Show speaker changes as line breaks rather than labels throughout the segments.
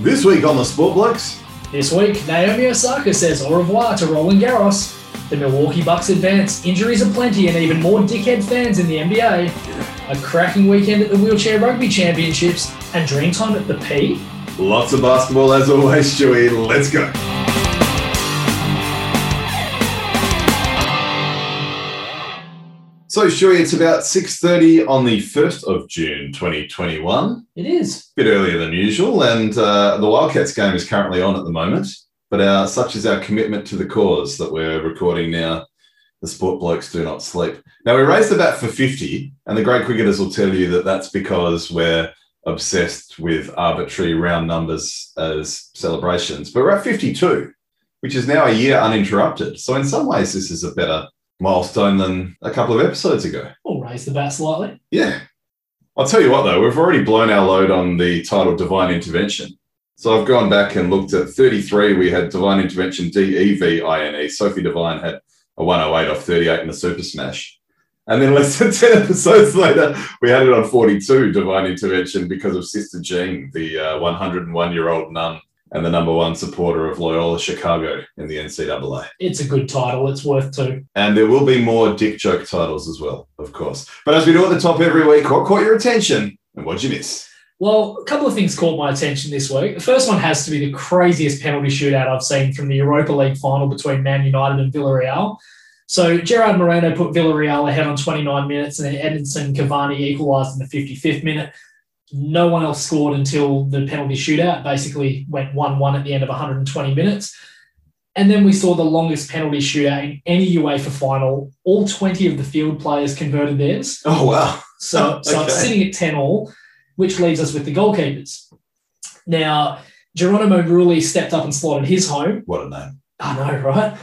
This week on the Sportblokes,
This week, Naomi Osaka says au revoir to Roland Garros. The Milwaukee Bucks advance, injuries aplenty, and even more dickhead fans in the NBA. A cracking weekend at the Wheelchair Rugby Championships, and dream time at the P.
lots of basketball as always, Stewie. Let's go. So, Stewie, it's about 6.30 on the 1st of June 2021.
It is.
bit earlier than usual, and uh, the Wildcats game is currently on at the moment. But our, such is our commitment to the cause that we're recording now. The sport blokes do not sleep. Now we raised the bat for fifty, and the great cricketers will tell you that that's because we're obsessed with arbitrary round numbers as celebrations. But we're at fifty-two, which is now a year uninterrupted. So in some ways, this is a better milestone than a couple of episodes ago.
We'll raise the bat slightly.
Yeah. I'll tell you what, though, we've already blown our load on the title Divine Intervention. So I've gone back and looked at 33. We had Divine Intervention, D E V I N E. Sophie Divine had a 108 off 38 in the Super Smash. And then less than 10 episodes later, we had it on 42 Divine Intervention because of Sister Jean, the uh, 101 year old nun and the number one supporter of Loyola Chicago in the NCAA.
It's a good title. It's worth two.
And there will be more dick joke titles as well, of course. But as we do at the top every week, what caught your attention and what'd you miss?
Well, a couple of things caught my attention this week. The first one has to be the craziest penalty shootout I've seen from the Europa League final between Man United and Villarreal. So Gerard Moreno put Villarreal ahead on 29 minutes, and then Edinson Cavani equalised in the 55th minute. No one else scored until the penalty shootout. Basically, went 1-1 at the end of 120 minutes. And then we saw the longest penalty shootout in any UEFA final. All 20 of the field players converted theirs.
Oh, wow.
So, so I'm
Okay.
sitting at 10 all, which leaves us with the goalkeepers. Now, Geronimo Rulli stepped up and slotted his home.
What a name.
I know, right?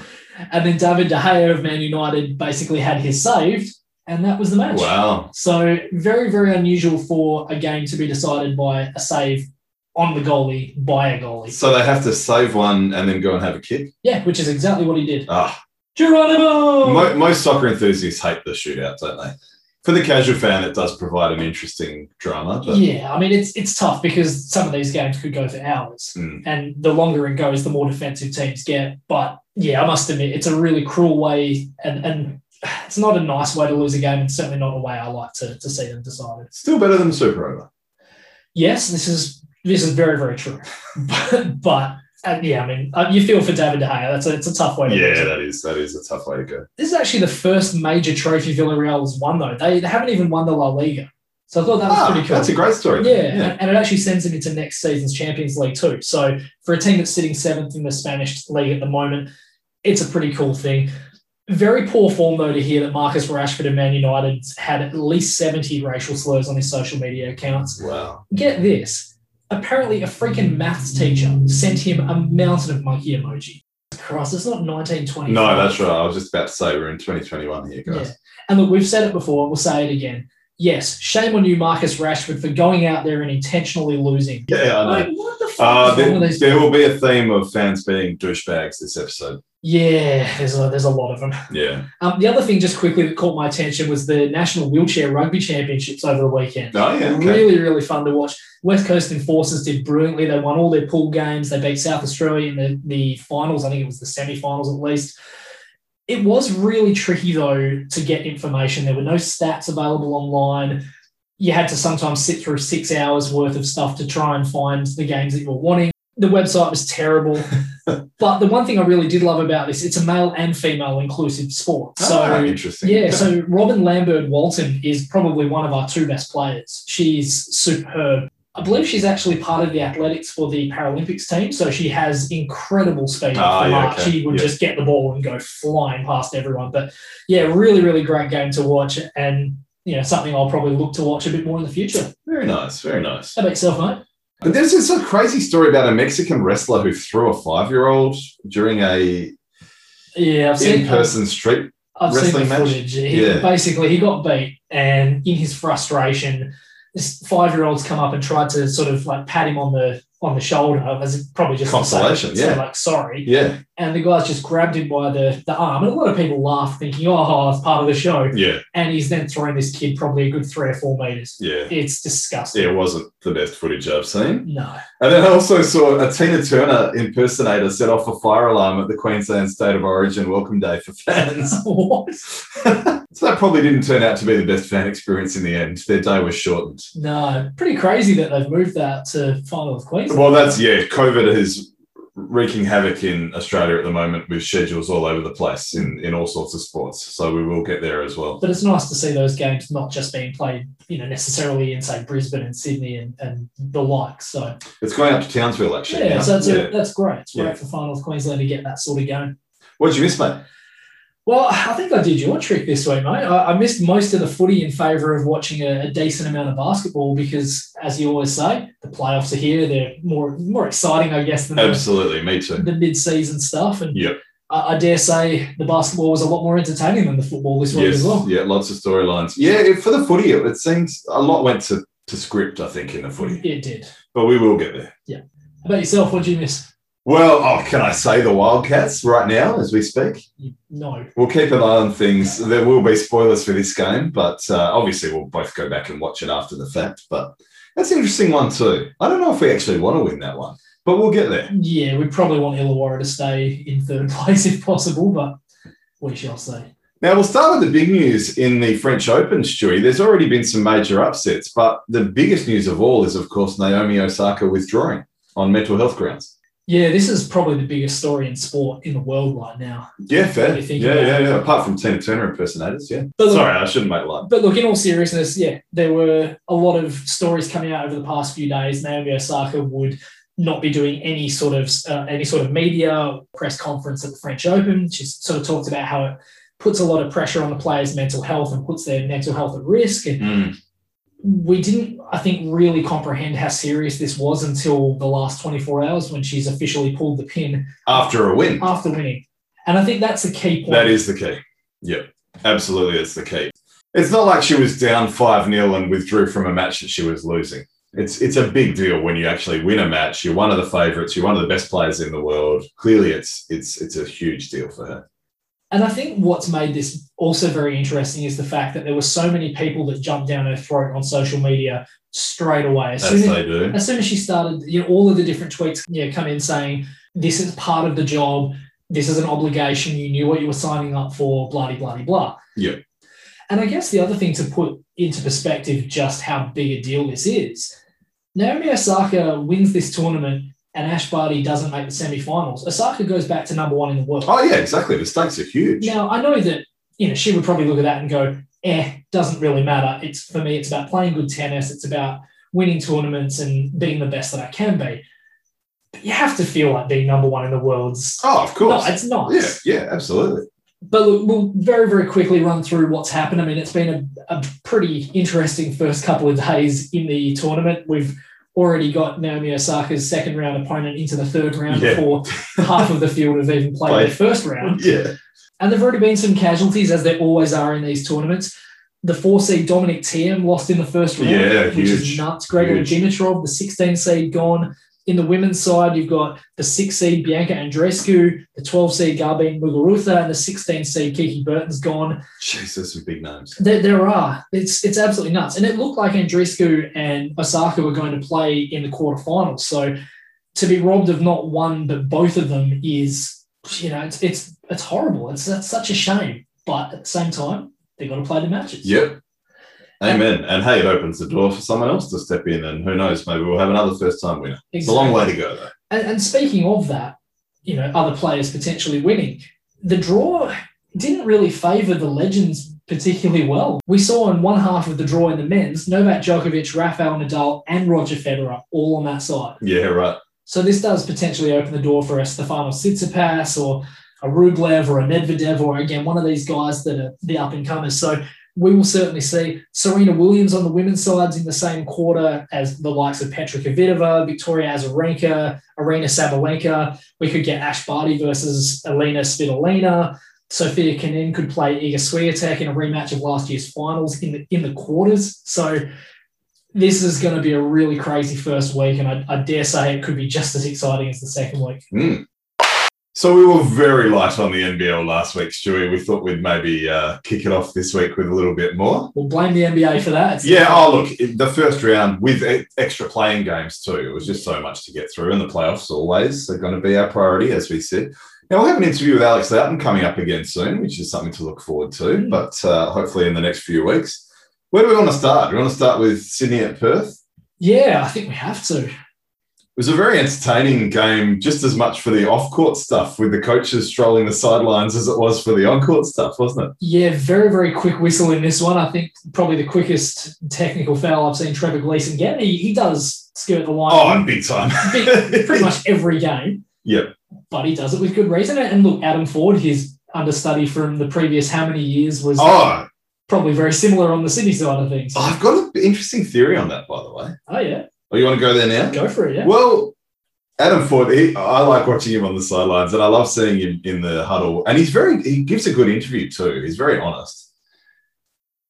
And then David De Gea of Man United basically had his saved, and that was the match.
Wow.
So very, very unusual for a game to be decided by a save on the goalie by a goalie.
So they have to save one and then go and have a kick?
Yeah, which is exactly what he did.
Ah,
Geronimo!
mo- most soccer enthusiasts hate the shootout, don't they? For the casual fan, it does provide an interesting drama. But
Yeah, I mean it's it's tough because some of these games could go for hours,
Mm.
and the longer it goes, the more defensive teams get. But yeah, I must admit, it's a really cruel way, and and it's not a nice way to lose a game, and certainly not a way I like to, to see them decided.
still better than Super Over.
Yes, this is this is very very true, but, but uh, yeah, I mean uh, you feel for David De Gea. That's a, it's a tough way to lose.
Yeah,
it.
that is that is a tough way to go.
This is actually the first major trophy Villarreal has won though. They, they haven't even won the La Liga, so I thought that was
Ah,
pretty cool.
That's a great story.
Yeah, and- and it actually sends them into next season's Champions League too. So for a team that's sitting seventh in the Spanish league at the moment, it's a pretty cool thing. Very poor form though to hear that Marcus Rashford and Man United had at least 70 racial slurs on his social media accounts.
Wow.
Get this. Apparently a freaking maths teacher sent him a mountain of monkey emoji. Christ, it's not 1920.
No, that's right. I was just about to say we're in 2021 here, guys.
Yeah. And look, we've said it before, and we'll say it again. Yes, shame on you, Marcus Rashford, for going out there and intentionally losing.
Yeah, I know.
Like, what the fuck
Uh,
is wrong
there,
with these-
there will be a theme of fans being douchebags this episode.
Yeah, there's a, there's a lot of them.
Yeah.
Um, the other thing, just quickly, that caught my attention was the National Wheelchair Rugby Championships over the weekend.
Oh, yeah. Okay.
Really, really fun to watch. West Coast Enforcers did brilliantly. They won all their pool games. They beat South Australia in the, the finals. I think it was the semi finals at least. It was really tricky, though, to get information. There were no stats available online. You had to sometimes sit through six hours worth of stuff to try and find the games that you were wanting. The website was terrible. but the one thing I really did love about this, it's a male and female inclusive sport. So
Ah, interesting.
yeah, so Robin Lambert Walton is probably one of our two best players. She's superb. I believe she's actually part of the athletics for the Paralympics team, so she has incredible speed
Ah,
off the
yeah,
mark.
okay,
She would
yeah.
just get the ball and go flying past everyone. But yeah, really, really great game to watch, and you know something I'll probably look to watch a bit more in the future.
very nice. Very nice.
How about yourself, mate?
But there's this sort of crazy story about a Mexican wrestler who threw a five year old during a
Yeah, I've seen
in person street.
I've seen the
wrestling match?
footage. He-
Yeah.
Basically, he got beat, and in his frustration, this five-year-old's come up and tried to sort of like pat him on the on the shoulder. It was probably just to say-
Consolation,
say,
yeah.
like sorry.
Yeah.
And the guy's just grabbed him by the, the arm. And a lot of people laugh, thinking, oh, it's part of the show.
Yeah.
And he's then throwing this kid probably a good three or four meters.
Yeah.
It's
Yeah,
disgusting.
it wasn't the best footage I've seen.
No.
And then I also saw a Tina Turner impersonator set off a fire alarm at the Queensland State of Origin Welcome Day for fans.
what?
so that probably didn't turn out to be the best fan experience in the end. Their day was shortened.
No. Pretty crazy that they've moved that to Final of Queensland.
Well, that's yeah. COVID is wreaking havoc in Australia at the moment with schedules all over the place in in all sorts of sports. So we will get there as well.
But it's nice to see those games not just being played, you know, necessarily in, say, Brisbane and Sydney and, and the like. So,
It's going up to Townsville actually.
yeah,
now.
so it's
Yeah.
A, that's great. It's great
Yeah.
for Final of Queensland to get that sort of going.
What'd you miss, mate?
Well, I think I did your trick this week, mate. I, I missed most of the footy in favour of watching a, a decent amount of basketball because, as you always say, the playoffs are here. They're more more exciting, I guess, than the,
Absolutely, me too.
the mid season stuff. And
Yep.
I, I dare say the basketball was a lot more entertaining than the football this week
Yes,
as well.
yeah, lots of storylines. Yeah, it, for the footy, it, it seems a lot went to, to script, I think, in the footy.
It did. How
But we will get there.
about yourself? What did you miss?
Well, oh, can I say the Wildcats right now as we speak?
You, no.
We'll keep an eye on things. There will be spoilers for this game, but uh, obviously we'll both go back and watch it after the fact. But that's an interesting one too. I don't know if we actually want to win that one, but we'll get there.
Yeah, we probably want Illawarra to stay in third place if possible, but we shall see.
Now we'll start with the big news in the French Open, Stewie. There's already been some major upsets, but the biggest news of all is, of course, Naomi Osaka withdrawing on mental health grounds.
Yeah, this is probably the biggest story in sport in the world right now.
Yeah, fair.
What do you think
Yeah,
about
yeah, yeah. Apart from Tina Turner impersonators, yeah.
But look-
Sorry, I shouldn't make light.
But look, in all seriousness, yeah, there were a lot of stories coming out over the past few days. Naomi Osaka would not be doing any sort of uh, any sort of media press conference at the French Open. She's sort of talked about how it puts a lot of pressure on the players' mental health and puts their mental health at risk. And we didn't, I think, really comprehend how serious this was until the last 24 hours when she's officially pulled the pin
After a win,
after winning. And I think that's the key point.
that is the key. Yeah, absolutely, that's the key. It's not like she was down five 0 and withdrew from a match that she was losing. It's it's a big deal when you actually win a match. You're one of the favourites. You're one of the best players in the world. Clearly, it's it's it's a huge deal for her.
And I think what's made this also very interesting is the fact that there were so many people that jumped down her throat on social media straight away. As
As
soon as,
they do.
as soon as she started, you know, all of the different tweets you know, come in saying, this is part of the job, this is an obligation, you knew what you were signing up for, blah, de, blah, de, blah.
Yeah.
And I guess the other thing to put into perspective just how big a deal this is, Naomi Osaka wins this tournament and Ash Barty doesn't make the semifinals. Osaka goes back to number one in the world.
Oh yeah, exactly. The stakes are huge.
Now I know that you know she would probably look at that and go, "Eh, doesn't really matter." It's for me, it's about playing good tennis. It's about winning tournaments and being the best that I can be. But you have to feel like being number one in the world's.
Oh, of
No,
course.
it's not.
yeah, yeah, absolutely.
But look, we'll very, very quickly run through what's happened. I mean, it's been a, a pretty interesting first couple of days in the tournament. We've already got Naomi Osaka's second round opponent into the third round
Yeah.
before half of the field have even played their first round.
Yeah.
And there've already been some casualties, as there always are in these tournaments. The four seed Dominic Thiem lost in the first round,
Yeah,
which
huge.
is nuts. Gregory Dimitrov, the 16 seed, gone. In the women's side, you've got the six seed Bianca Andreescu, the 12 seed Garbine Muguruza, and the 16 seed Kiki Burton's gone.
Jesus, some big names.
There, there are. It's it's absolutely nuts. And it looked like Andreescu and Osaka were going to play in the quarterfinals. So to be robbed of not one but both of them is, you know, it's it's it's horrible. It's that's such a shame. But at the same time, they got to play the matches.
Yep. Amen. And hey, it opens the door for someone else to step in, and who knows, maybe we'll have another first time winner. It's a
Exactly.
long way to go, though.
And, and speaking of that, you know, other players potentially winning, the draw didn't really favour the legends particularly well. We saw in one half of the draw in the men's, Novak Djokovic, Rafael Nadal, and Roger Federer all on that side.
Yeah, right.
So this does potentially open the door for a Stefano Tsitsipas or a Rublev or a Medvedev or again one of these guys that are the up and comers. So we will certainly see Serena Williams on the women's sides in the same quarter as the likes of Petra Kvitova, Victoria Azarenka, Arena Sabalenka. We could get Ash Barty versus Elena Svitolina. Sophia Kenin could play Iga Swiatek in a rematch of last year's finals in the in the quarters. So this is going to be a really crazy first week, and I, I dare say it could be just as exciting as the second week.
Hmm. So we were very light on the NBL last week, Stewie. We thought we'd maybe uh, kick it off this week with a little bit more.
We'll blame the NBA for that. It's
Yeah. Oh, look, it- the first round with e- extra playing games too. It was just so much to get through, and the playoffs always are going to be our priority, as we said. Now we'll have an interview with Alex Loughton coming up again soon, which is something to look forward to.
Mm.
But uh, hopefully in the next few weeks. Where do we want to start? Do we want to start with Sydney at Perth?
Yeah, I think we have to.
It was a very entertaining game, just as much for the off court stuff with the coaches strolling the sidelines as it was for the on court stuff, wasn't it?
Yeah, very, very quick whistle in this one. I think probably the quickest technical foul I've seen Trevor Gleason get. He, he does skirt the line.
Oh, and big time.
Big- pretty much every game.
Yep.
But he does it with good reason. And look, Adam Ford, his understudy from the previous how many years was
oh,
probably very similar on the Sydney side of things.
I've got an interesting theory on that, by the way.
Oh, yeah.
Oh, you want to go there now?
Go for it, yeah.
Well, Adam Ford, he, I like watching him on the sidelines, and I love seeing him in the huddle. And he's very, he gives a good interview too. He's very honest.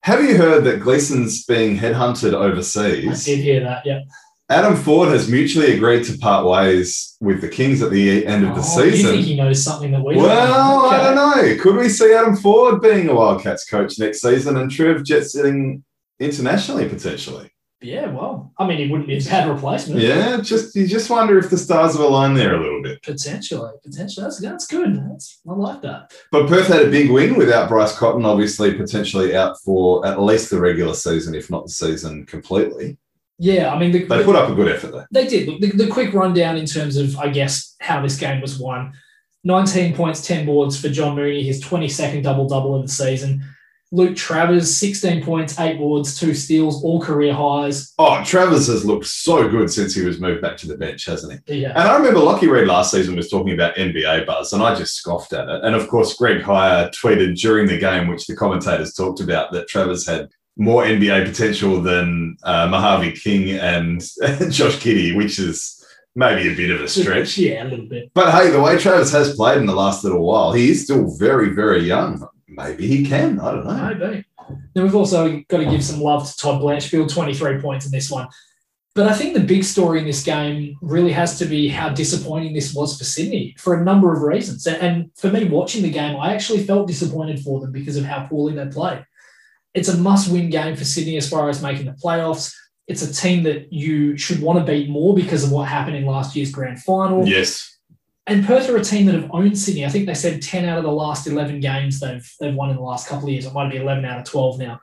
Have you heard that Gleason's being headhunted
I
overseas?
did hear that, yeah.
Adam Ford has mutually agreed to part ways with the Kings at the end of the
Oh, You think
season.
he knows something that we don't
Well,
know.
I don't know. Could we see Adam Ford being a Wildcats coach next season and Trev jet setting internationally potentially?
Yeah, well, I mean, he wouldn't be a bad replacement.
Yeah, just you just wonder if the stars have aligned there a little bit.
Potentially, potentially. That's, that's good. That's, I like that.
But Perth had a big win without Bryce Cotton, obviously potentially out for at least the regular season, if not the season completely.
Yeah, I mean, the,
They put up a good effort though.
They did. Look, The, the quick rundown in terms of, I guess, how this game was won 19 points, 10 boards for John Mooney, his 22nd double double of the season. Luke Travers, 16 points, 8 boards, 2 steals, all career highs.
Oh, Travers has looked so good since he was moved back to the bench, hasn't he?
Yeah.
And I remember Lockie Reed last season was talking about NBA buzz, and I just scoffed at it. And of course, Greg Heyer tweeted during the game, which the commentators talked about, that Travers had more NBA potential than uh, Mojave King and Josh Kitty, which is maybe a bit of a stretch.
Yeah, a little bit.
But hey, the way Travis has played in the last little while, he is still very, very young. Maybe he can. I don't know.
Maybe. Then we've also got to give some love to Todd Blanchfield, 23 points in this one. But I think the big story in this game really has to be how disappointing this was for Sydney for a number of reasons. And- And for me, watching the game, I actually felt disappointed for them because of how poorly they played. It's a must win game for Sydney as far as making the playoffs. It's a team that you should want to beat more because of what happened in last year's grand final.
Yes.
And Perth are a team that have owned Sydney. I think they said 10 out of the last 11 games they've, they've won in the last couple of years. It might be 11 out of 12 now.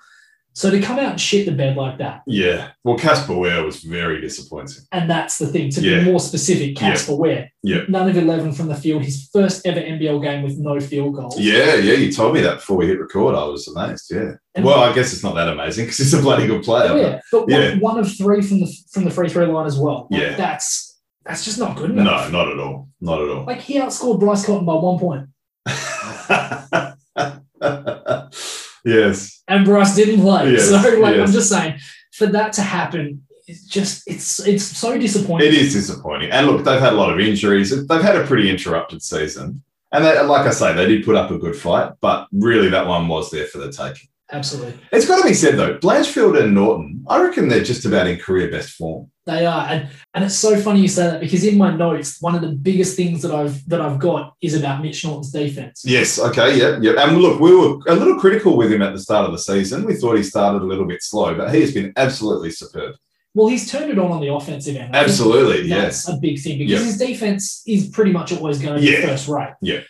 So to come out and shit the bed like that,
Yeah. Well, Casper Ware was very disappointing.
and that's the thing. To
Yeah.
be more specific,
Yeah.
Casper Ware,
Yeah.
none of 11 from the field, his first ever NBL game with no field goals.
Yeah. Yeah. You told me that before we hit record. I was amazed. Yeah.
And-
Well, I guess it's not that amazing because he's a bloody good player.
Oh,
but-
yeah. But
Yeah.
One, one of three from the from the free throw line as well. Like,
Yeah.
That's that's just not good
No,
enough.
not at all. Not at all.
Like he outscored Bryce Cotton by one point,
yes.
and Bryce didn't play.
Yes,
So like,
yes.
I'm just saying, for that to happen, it's just it's it's so disappointing.
It is disappointing. And look, they've had a lot of injuries. They've had a pretty interrupted season. And they, like I say, they did put up a good fight, but really that one was there for the taking.
Absolutely.
It's got to be said though, Blanchfield and Norton, I reckon they're just about in career best form.
They are. And and it's so funny you say that because in my notes, one of the biggest things that I've that I've got is about Mitch Norton's defense.
Yes. Okay. Yep. Yep. And look, we were a little critical with him at the start of the season. We thought he started a little bit slow, but he has been absolutely superb.
Well, he's turned it on on the offensive end. I think
Absolutely. Yes.
That's a big thing because
Yeah.
his defense is pretty much always going to be
Yeah.
first rate.
Yeah.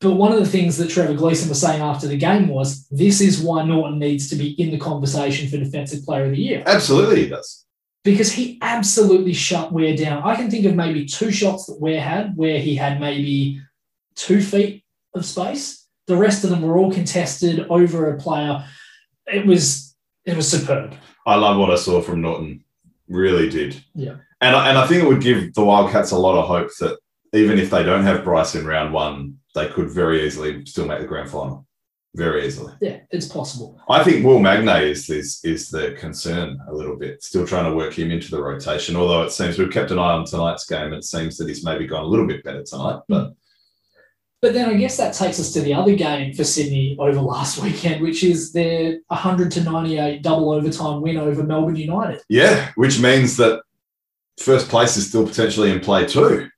But one of the things that Trevor Gleason was saying after the game was this is why Norton needs to be in the conversation for Defensive Player of the Year
Absolutely, he does.
because he absolutely shut Ware down. I can think of maybe two shots that Ware had where he had maybe two feet of space. The rest of them were all contested over a player. It was it was superb.
I love what I saw from Norton. Really did.
Yeah.
And I, and I think it would give the Wildcats a lot of hope that even if they don't have Bryce in round one, they could very easily still make the grand final. Very easily.
Yeah, it's possible.
I think Will Magnay is, is is the concern a little bit. Still trying to work him into the rotation, although it seems we've kept an eye on tonight's game. It seems that he's maybe gone a little bit better tonight. But
But then I guess that takes us to the other game for Sydney over last weekend, which is their 100 to 98 double overtime win over Melbourne United.
Yeah, which means that first place is still potentially in play too.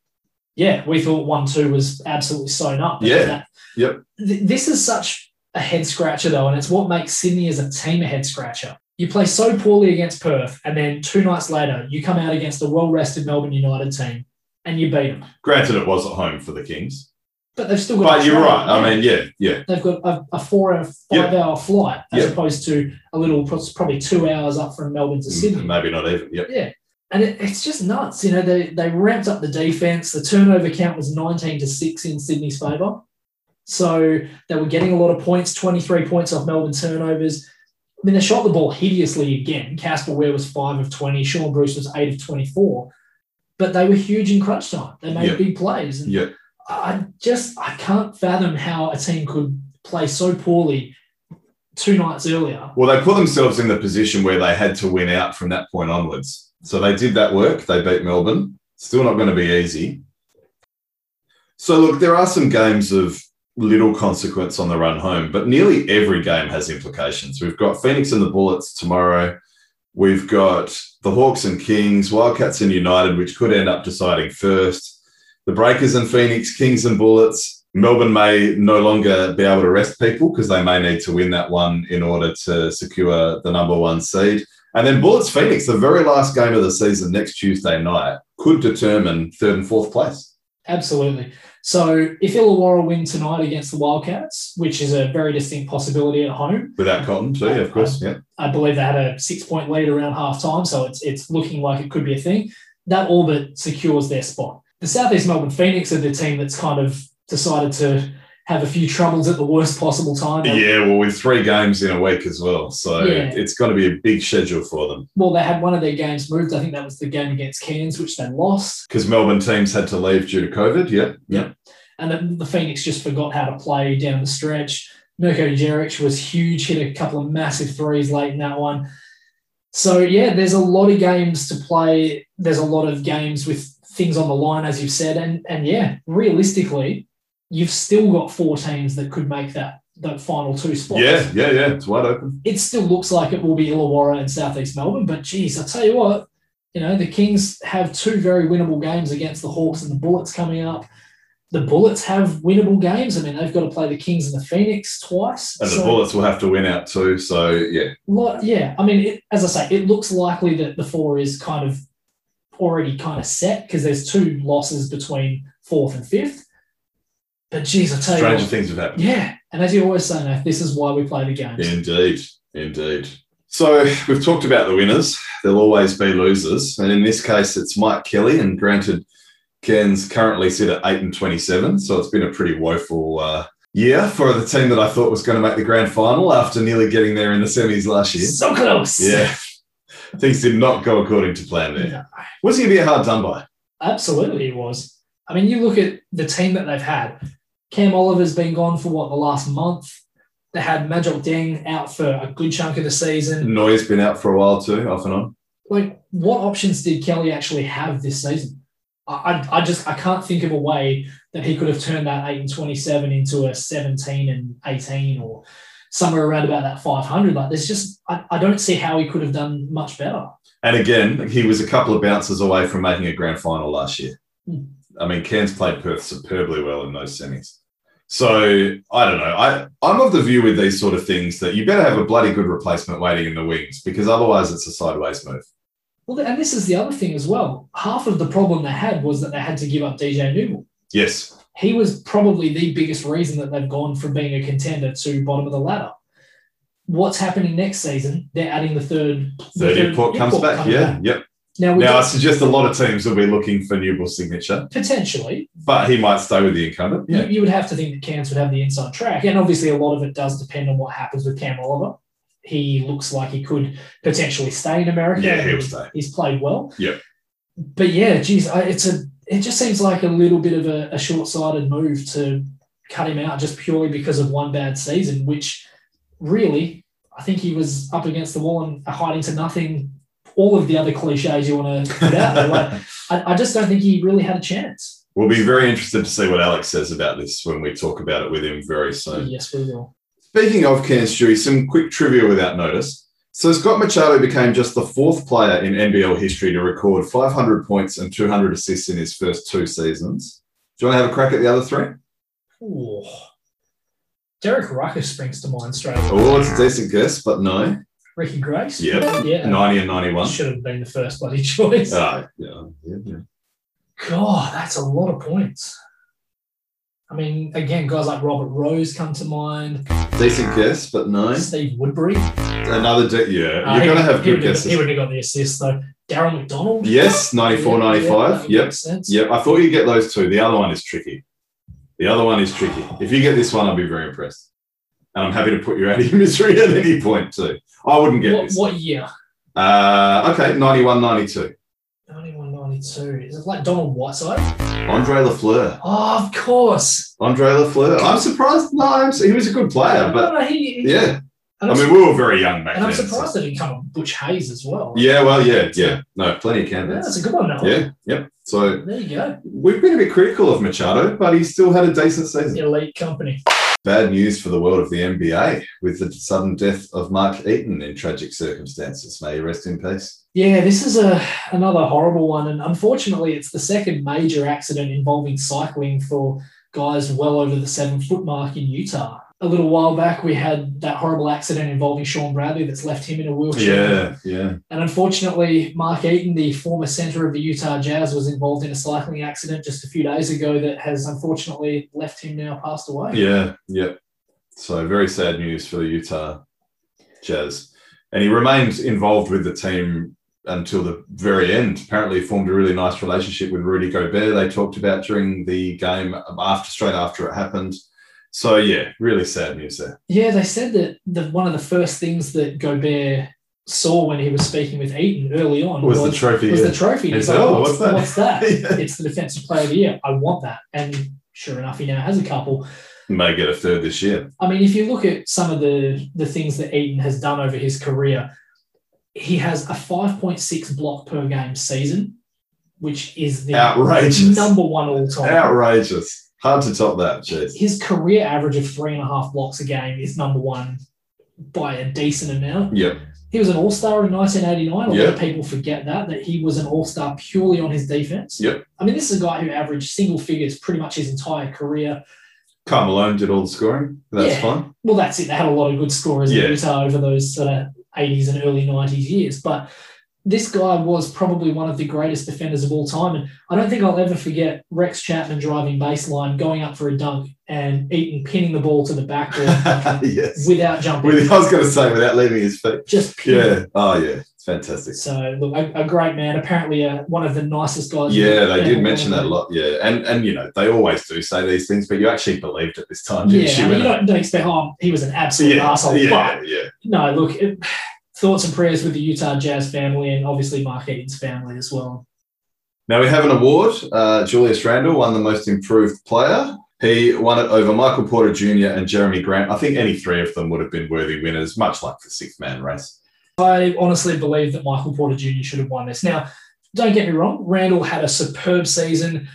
Yeah, we thought 1 2 was absolutely sewn up.
Yeah,
That-
yep.
Th- this is such a head scratcher, though, and it's what makes Sydney as a team a head scratcher. You play so poorly against Perth, and then two nights later, you come out against a well rested Melbourne United team and you beat them.
Granted, it was at home for the Kings,
But they've still got.
but
to
you're
travel.
right. I mean, yeah, yeah,
they've got a, a four hour, five
Yep.
hour flight as
Yep. Mm.
opposed to a little, pros- probably two hours up from Melbourne to Sydney.
maybe not even. Yep.
And it, it's just nuts. You know, they, they ramped up the defense. The turnover count was 19 to 6 in Sydney's favour. So they were getting a lot of points, 23 points off Melbourne turnovers. I mean, they shot the ball hideously again. Casper Ware was 5 of 20. Sean Bruce was 8 of 24. But they were huge in crunch time. They made
Yep.
big plays. And
Yeah,
I just I can't fathom how a team could play so poorly two nights earlier.
well, they put themselves in the position where they had to win out from that point onwards. So they did that work. They beat Melbourne. Still not going to be easy. So look, there are some games of little consequence on the run home, but nearly every game has implications. We've got Phoenix and the Bullets tomorrow. We've got the Hawks and Kings, Wildcats and United, which could end up deciding first. The Breakers and Phoenix, Kings and Bullets. Melbourne may no longer be able to rest people because they may need to win that one in order to secure the number one seed. And then Bullets Phoenix, the very last game of the season next Tuesday night, could determine third and fourth place.
Absolutely. So if Illawarra win tonight against the Wildcats, which is a very distinct possibility at home,
Without Cotton, too, of course. Yeah.
I believe they had a six-point lead around halftime, so it's it's looking like it could be a thing. That all but secures their spot. The Southeast Melbourne Phoenix are the team that's kind of decided to have a few troubles at the worst possible time. They
Yeah, well, with three games in a week as well. So
Yeah.
it's going to be a big schedule for them
Well, they had one of their games moved. I think that was the game against Cairns, which they lost.
because Melbourne teams had to leave due to COVID. Yeah. Yeah.
and then the Phoenix just forgot how to play down the stretch. Mirko Jeric was huge, hit a couple of massive threes late in that one. So yeah, there's a lot of games to play. There's a lot of games with things on the line, as you've said, and and yeah, realistically, you've still got four teams that could make that that final two spots.
Yeah. Yeah. Yeah. It's wide open.
it still looks like it will be Illawarra and Southeast Melbourne, but geez, I tell you what, you know, the Kings have two very winnable games against the Hawks and the Bullets coming up. The Bullets have winnable games. I mean, they've got to play the Kings and the Phoenix twice.
And the
So,
Bullets will have to win out too. So yeah,
lot- yeah, I mean, it, as I say, it looks likely that the four is kind of already kind of set because there's two losses between fourth and fifth. But geez, I tell
stranger
you, what,
things have happened.
yeah. And as you always say, Nath, this is why we play the games.
Indeed. Indeed. So we've talked about the winners. There'll always be losers. And in this case, it's Mike Kelly. And granted, Cairns currently sit at 8 and 27. So it's been a pretty woeful uh, year for the team that I thought was going to make the grand final after nearly getting there in the semis last year.
So close.
Yeah. Things did not go according to plan there. Was he a bit hard done by?
Absolutely, it was. I mean, you look at the team that they've had. Cam Oliver's been gone for what the last month. They had Majok Deng out for a good chunk of the season.
Noy's been out for a while too, off and on.
Like, what options did Kelly actually have this season? I, I, I just I can't think of a way that he could have turned that eight and twenty seven into a seventeen and eighteen or somewhere around about that five hundred. Like, there's just I, I don't see how he could have done much better.
And again, he was a couple of bounces away from making a grand final last year.
Hmm.
I mean, Cairns played Perth superbly well in those semis. So I don't know. I, I'm of the view with these sort of things that you better have a bloody good replacement waiting in the wings because otherwise it's a sideways move.
Well, and this is the other thing as well. Half of the problem they had was that they had to give up DJ Newell.
Yes.
he was probably the biggest reason that they've gone from being a contender to bottom of the ladder. What's happening next season? They're adding the third. the
Third import
import
comes back.
coming
Yeah. Yep.
Now, we
Now, I suggest a lot of teams will be looking for Newell's signature,
potentially,
but he might stay with the incumbent. Yeah.
you, you would have to think that Cairns would have the inside track, and obviously, a lot of it does depend on what happens with Cam Oliver. He looks like he could potentially stay in America.
Yeah, he'll stay.
He's played well.
Yep.
But yeah, geez, I, it's a. It just seems like a little bit of a, a short-sighted move to cut him out just purely because of one bad season, which really I think he was up against the wall and hiding to nothing. All of the other cliches you want to put out there. Like, I, I just don't think he really had a chance.
We'll be very interested to see what Alex says about this when we talk about it with him very soon.
Yes, we will.
Speaking of Cairns Stewie, some quick trivia without notice. So Scott Machado became just the fourth player in NBL history to record 500 points and 200 assists in his first two seasons. Do you want to have a crack at the other three?
Ooh. Derek Rucker springs to mind straight away.
Oh, it's a decent guess, but no.
Ricky Grace?
Yep.
Yeah.
90 and 91.
Should have been the first bloody choice.
Ah, yeah, yeah, yeah.
God, that's a lot of points. I mean, again, guys like Robert Rose come to mind.
Decent guess, but no.
Steve Woodbury.
Another, de- yeah.
Uh,
You're
he-
going to have good
he wouldn't have- He
guesses.
wouldn't have got the assist, though. Darren McDonald.
Yes, 94,
Yeah, yeah,
95.
that
Yep.
makes sense.
Yep. I thought you'd get those two. The other one is tricky. The other one is tricky. If you get this one, I'll be very impressed. And I'm happy to put you out of your misery at any point, too. I wouldn't get
What,
this.
what year?
Uh, okay, 91, 92.
91, 92. Is it like Donald Whiteside?
Andre Lafleur.
Oh, of course.
Andre Lafleur. I'm surprised. No, I'm, he was a good player, but
No, no, he- he-
yeah.
And
I
I'm,
mean, we were very young back
and I'm
then. so-
surprised that he come up Butch Hayes as well.
Yeah, well, yeah, yeah. No, plenty of candidates.
That's a good one, that one.
Yeah, yep. So
There you go.
we've been a bit critical of Machado, but he still had a decent season.
Elite company.
Bad news for the world of the NBA with the sudden death of Mark Eaton in tragic circumstances. May he rest in peace.
Yeah, this is a another horrible one, and unfortunately, it's the second major accident involving cycling for guys well over the seven foot mark in Utah. A little while back, we had that horrible accident involving Sean Bradley that's left him in a wheelchair.
yeah.
And unfortunately, Mark Eaton, the former center of the Utah Jazz, was involved in a cycling accident just a few days ago that has unfortunately left him now passed away.
Yeah, yep. So very sad news for the Utah Jazz. And he remained involved with the team until the very end. Apparently, he formed a really nice relationship with Rudy Gobert. They talked about during the game after straight after it happened. So yeah, really sad news there.
Yeah, they said that the, one of the first things that Gobert saw when he was speaking with Eaton early on
Was the trophy?
Oh, was
yeah.
the trophy.
And
He's
so,
like,
"Oh,
what's,
what's that?"
what's that?
Yeah.
It's the defensive player of the year. I want that. And sure enough, he now has a couple.
May get a third this year.
I mean, if you look at some of the, the things that Eaton has done over his career, he has a 5.6 block per game season, which is the
Outrageous.
number one all time.
Outrageous. Hard to top that. Jeez.
His career average of three and a half blocks a game is number one by a decent amount.
Yep.
He was an all star in 1989. A lot
Yeah.
of people forget that, that he was an all star purely on his defense.
Yep.
I mean, this is a guy who averaged single figures pretty much his entire career.
Carl Malone did all the scoring. That's
Yeah.
fine.
Well, that's it. They had a lot of good scorers
Yeah.
in Utah over those sort of 80s and early 90s years. But this guy was probably one of the greatest defenders of all time. And I don't think I'll ever forget Rex Chapman driving baseline, going up for a dunk, and Eaton pinning the ball to the backboard
yes.
without jumping.
With, I was going to say without leaving his feet.
just pinning
Yeah. Oh, yeah. It's fantastic.
So look, a, a great man. Apparently, uh, one of the nicest guys.
Yeah,
in the
they
NFL.
did mention that a lot. Yeah, and and you know they always do say these things, but you actually believed it this time, didn't
Yeah, I
you?
mean,
When
you
I-
don't, don't expect. Oh, he was an absolute
yeah,
asshole.
yeah,
But
yeah.
no, look, it, thoughts and prayers with the Utah Jazz family and obviously Mark Eaton's family as well.
Now we have an award. Uh, Julius Randle won the most improved player. He won it over Michael Porter Jr. and Jeremy Grant. I think any three of them would have been worthy winners, much like the six man race.
I honestly believe that Michael Porter Jr. should have won this. Now, don't get me wrong, Randall had a superb season.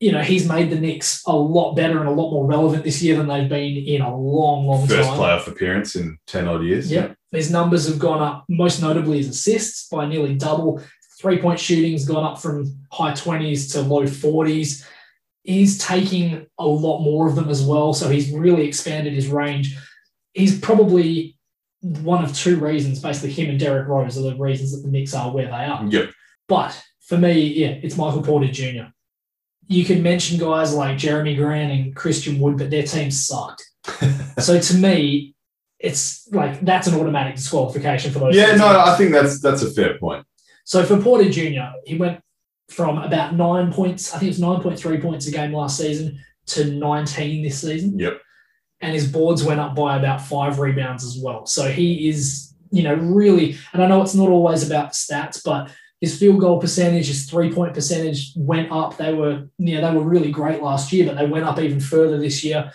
You know, he's made the Knicks a lot better and a lot more relevant this year than they've been in a long, long
First
time.
playoff appearance in ten odd years.
Yep. His numbers have gone up, most notably his assists by nearly double. Three point shooting's gone up from high 20s to low 40s. He's taking a lot more of them as well. So he's really expanded his range. He's probably one of two reasons, basically, him and Derek Rose are the reasons that the Knicks are where they are.
Yep.
But for me, yeah, it's Michael Porter Jr. You can mention guys like Jeremy Grant and Christian Wood, but their teams sucked. so to me, it's like that's an automatic disqualification for those.
Yeah.
two
No,
teams.
I think that's that's a fair point.
so for Porter Jr., he went from about nine points, I think it was nine point three points a game last season to nineteen this season.
Yep.
And his boards went up by about five rebounds as well. So he is, you know, really, and I know it's not always about the stats, but his field goal percentage, his three point percentage went up. They were, you know, they were really great last year, but they went up even further this year.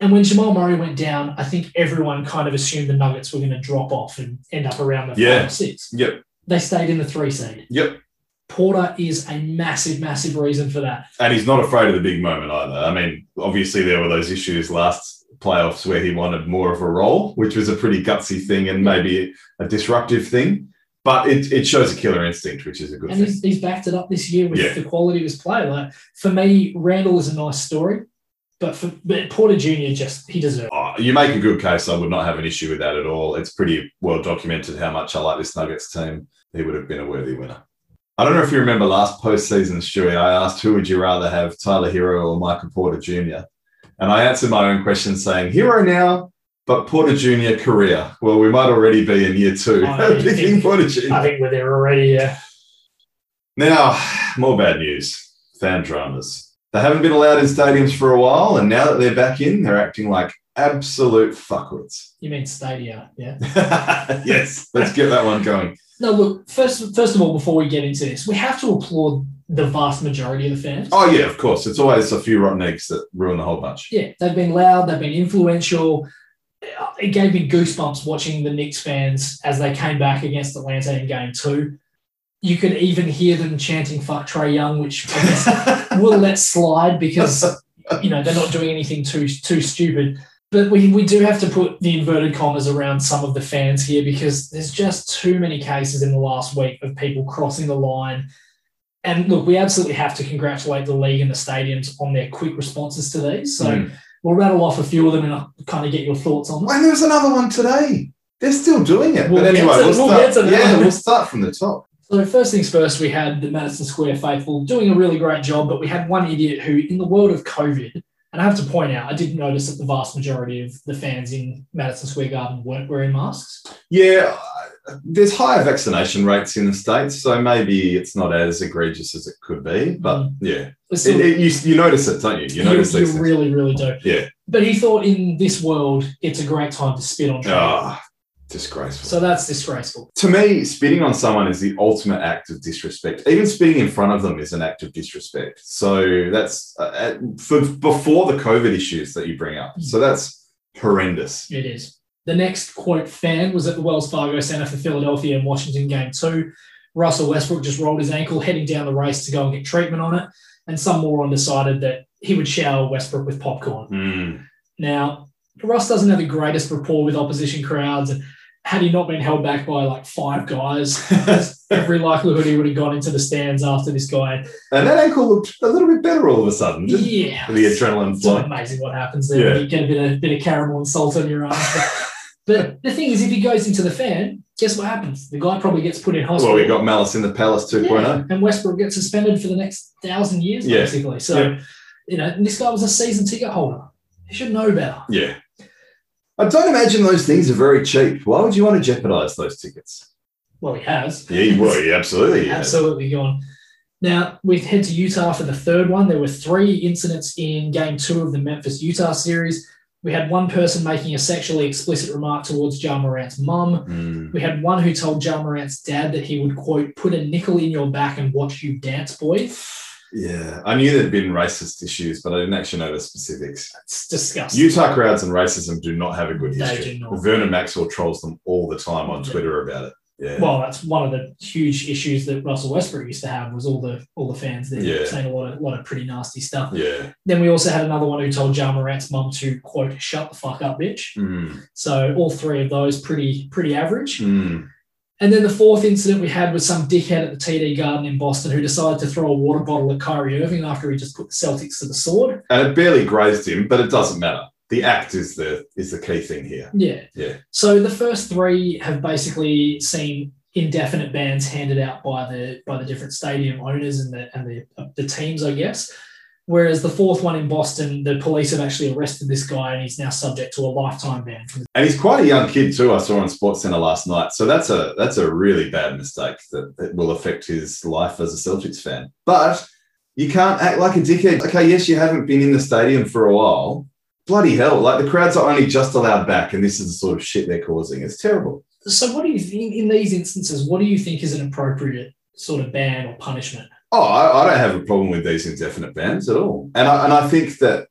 And when Jamal Murray went down, I think everyone kind of assumed the Nuggets were going to drop off and end up around the
Yeah.
five six.
Yep.
They stayed in the three seed
Yep.
Porter is a massive, massive reason for that.
And he's not afraid of the big moment either. I mean, obviously there were those issues last playoffs where he wanted more of a role, which was a pretty gutsy thing and maybe a disruptive thing. But it, it shows a killer instinct, which is a good
And
thing.
he's, he's backed it up this year with
Yeah.
the quality of his play. Like for me, Randall is a nice story, but for but Porter Jr. just he deserves. it.
Oh, you make a good case. I would not have an issue with that at all. It's pretty well documented how much I like this Nuggets team. He would have been a worthy winner. I don't know if you remember last postseason, Stewie. I asked who would you rather have, Tyler Hero or Michael Porter Jr. And I answered my own question saying Hero now, but Porter Jr. career. Well, we might already be in year two.
Oh, yeah.
picking Porter
I
Jr.
think we're there already. Yeah.
Now, more bad news. Fan dramas. They haven't been allowed in stadiums for a while, and now that they're back in, they're acting like absolute fuckwits.
You mean Stadia? Yeah.
yes, let's get that one going.
No, look. First, first of all, before we get into this, we have to applaud the vast majority of the fans.
Oh yeah, of course. It's always a few rotten eggs that ruin the whole bunch.
Yeah, they've been loud, they've been influential. It gave me goosebumps watching the Knicks fans as they came back against Atlanta in game two. You could even hear them chanting fuck Trey Young, which I guess we'll let slide because you know they're not doing anything too too stupid. But we, we do have to put the inverted commas around some of the fans here because there's just too many cases in the last week of people crossing the line. And look, we absolutely have to congratulate the league and the stadiums on their quick responses to these. So
Mm.
we'll rattle off a few of them and I'll kind of get your thoughts on them.
And there's another one today. They're still doing it.
We'll
but
get
anyway, we'll
to- we'll
start.
get to that.
yeah, we'll start from the top.
So first things first, we had the Madison Square faithful doing a really great job, but we had one idiot who, in the world of COVID, and I have to point out, I did notice that the vast majority of the fans in Madison Square Garden weren't wearing masks.
Yeah, uh, there's higher vaccination rates in the states, so maybe it's not as egregious as it could be. But
Mm.
yeah,
It's
It-
still-
it- you, you notice it, don't you? Hmm. You notice
you
these things.
really, really do.
Yeah.
But he thought in this world, it's a great time to spit on Trump.
Ah, disgraceful.
So that's disgraceful.
to me, spitting on someone is the ultimate act of disrespect. Even spitting in front of them is an act of disrespect. So that's uh, uh, for before the COVID issues that you bring up. So that's horrendous.
It is. The next quote fan was at the Wells Fargo Center for Philadelphia and Washington game two. Russell Westbrook just rolled his ankle heading down the race to go and get treatment on it. And some moron decided that he would shower Westbrook with popcorn.
Hmm.
Now, Russ doesn't have the greatest rapport with opposition crowds. And had he not been held back by like five guys, there's every likelihood he would have gone into the stands after this guy.
And that ankle looked a little bit better all of a sudden. Just
Yeah.
The adrenaline
It's not
flow.
amazing what happens there.
Yeah.
You get a bit of, bit of caramel and salt on your arm. but the thing is, if he goes into the fan, guess what happens? The guy probably gets put in hospital.
Well, we got Malice in the Palace oh. 2.0.
Yeah, And Westbrook gets suspended for the next thousand years,
Yeah.
basically. So,
Yeah.
you know, and this guy was a season ticket holder. He should know better.
Yeah. I don't imagine those things are very cheap. Why would you want to jeopardize those tickets?
Well, he has.
Yeah, you would. Yeah, Absolutely. yeah.
Absolutely gone. Now, we head to Utah for the third one. There were three incidents in game two of the Memphis Utah series. We had one person making a sexually explicit remark towards John Morant's mum.
Mm.
We had one who told John Morant's dad that he would, quote, put a nickel in your back and watch you dance, boy.
Yeah. I knew there'd been racist issues, but I didn't actually know the specifics.
It's disgusting.
Utah crowds and racism do not have a good
They
history.
do not.
Vernon Maxwell trolls them all the time on
Yeah.
Twitter about it. Yeah.
well, that's one of the huge issues that Russell Westbrook used to have was all the all the fans there
Yeah.
saying a lot of lot of pretty nasty stuff.
yeah.
Then we also had another one who told John Morant's mum to quote shut the fuck up, bitch.
Mm,
So all three of those pretty pretty average.
mm.
And then the fourth incident we had was some dickhead at the TD Garden in Boston who decided to throw a water bottle at Kyrie Irving after he just put the Celtics to the sword.
And it barely grazed him, but it doesn't matter. The act is the is the key thing here.
Yeah.
Yeah.
So the first three have basically seen indefinite bans handed out by the by the different stadium owners and the and the, the teams, I guess. Whereas the fourth one in Boston, the police have actually arrested this guy and he's now subject to a lifetime ban.
And he's quite a young kid too. I saw on SportsCenter last night. So that's a that's a really bad mistake that, that will affect his life as a Celtics fan. But you can't act like a dickhead. Okay, yes, you haven't been in the stadium for a while. Bloody hell! Like the crowds are only just allowed back, and this is the sort of shit they're causing. It's terrible.
So what do you think in these instances, what do you think is an appropriate sort of ban or punishment?
Oh, I, I don't have a problem with these indefinite bans at all. And I, and I think that,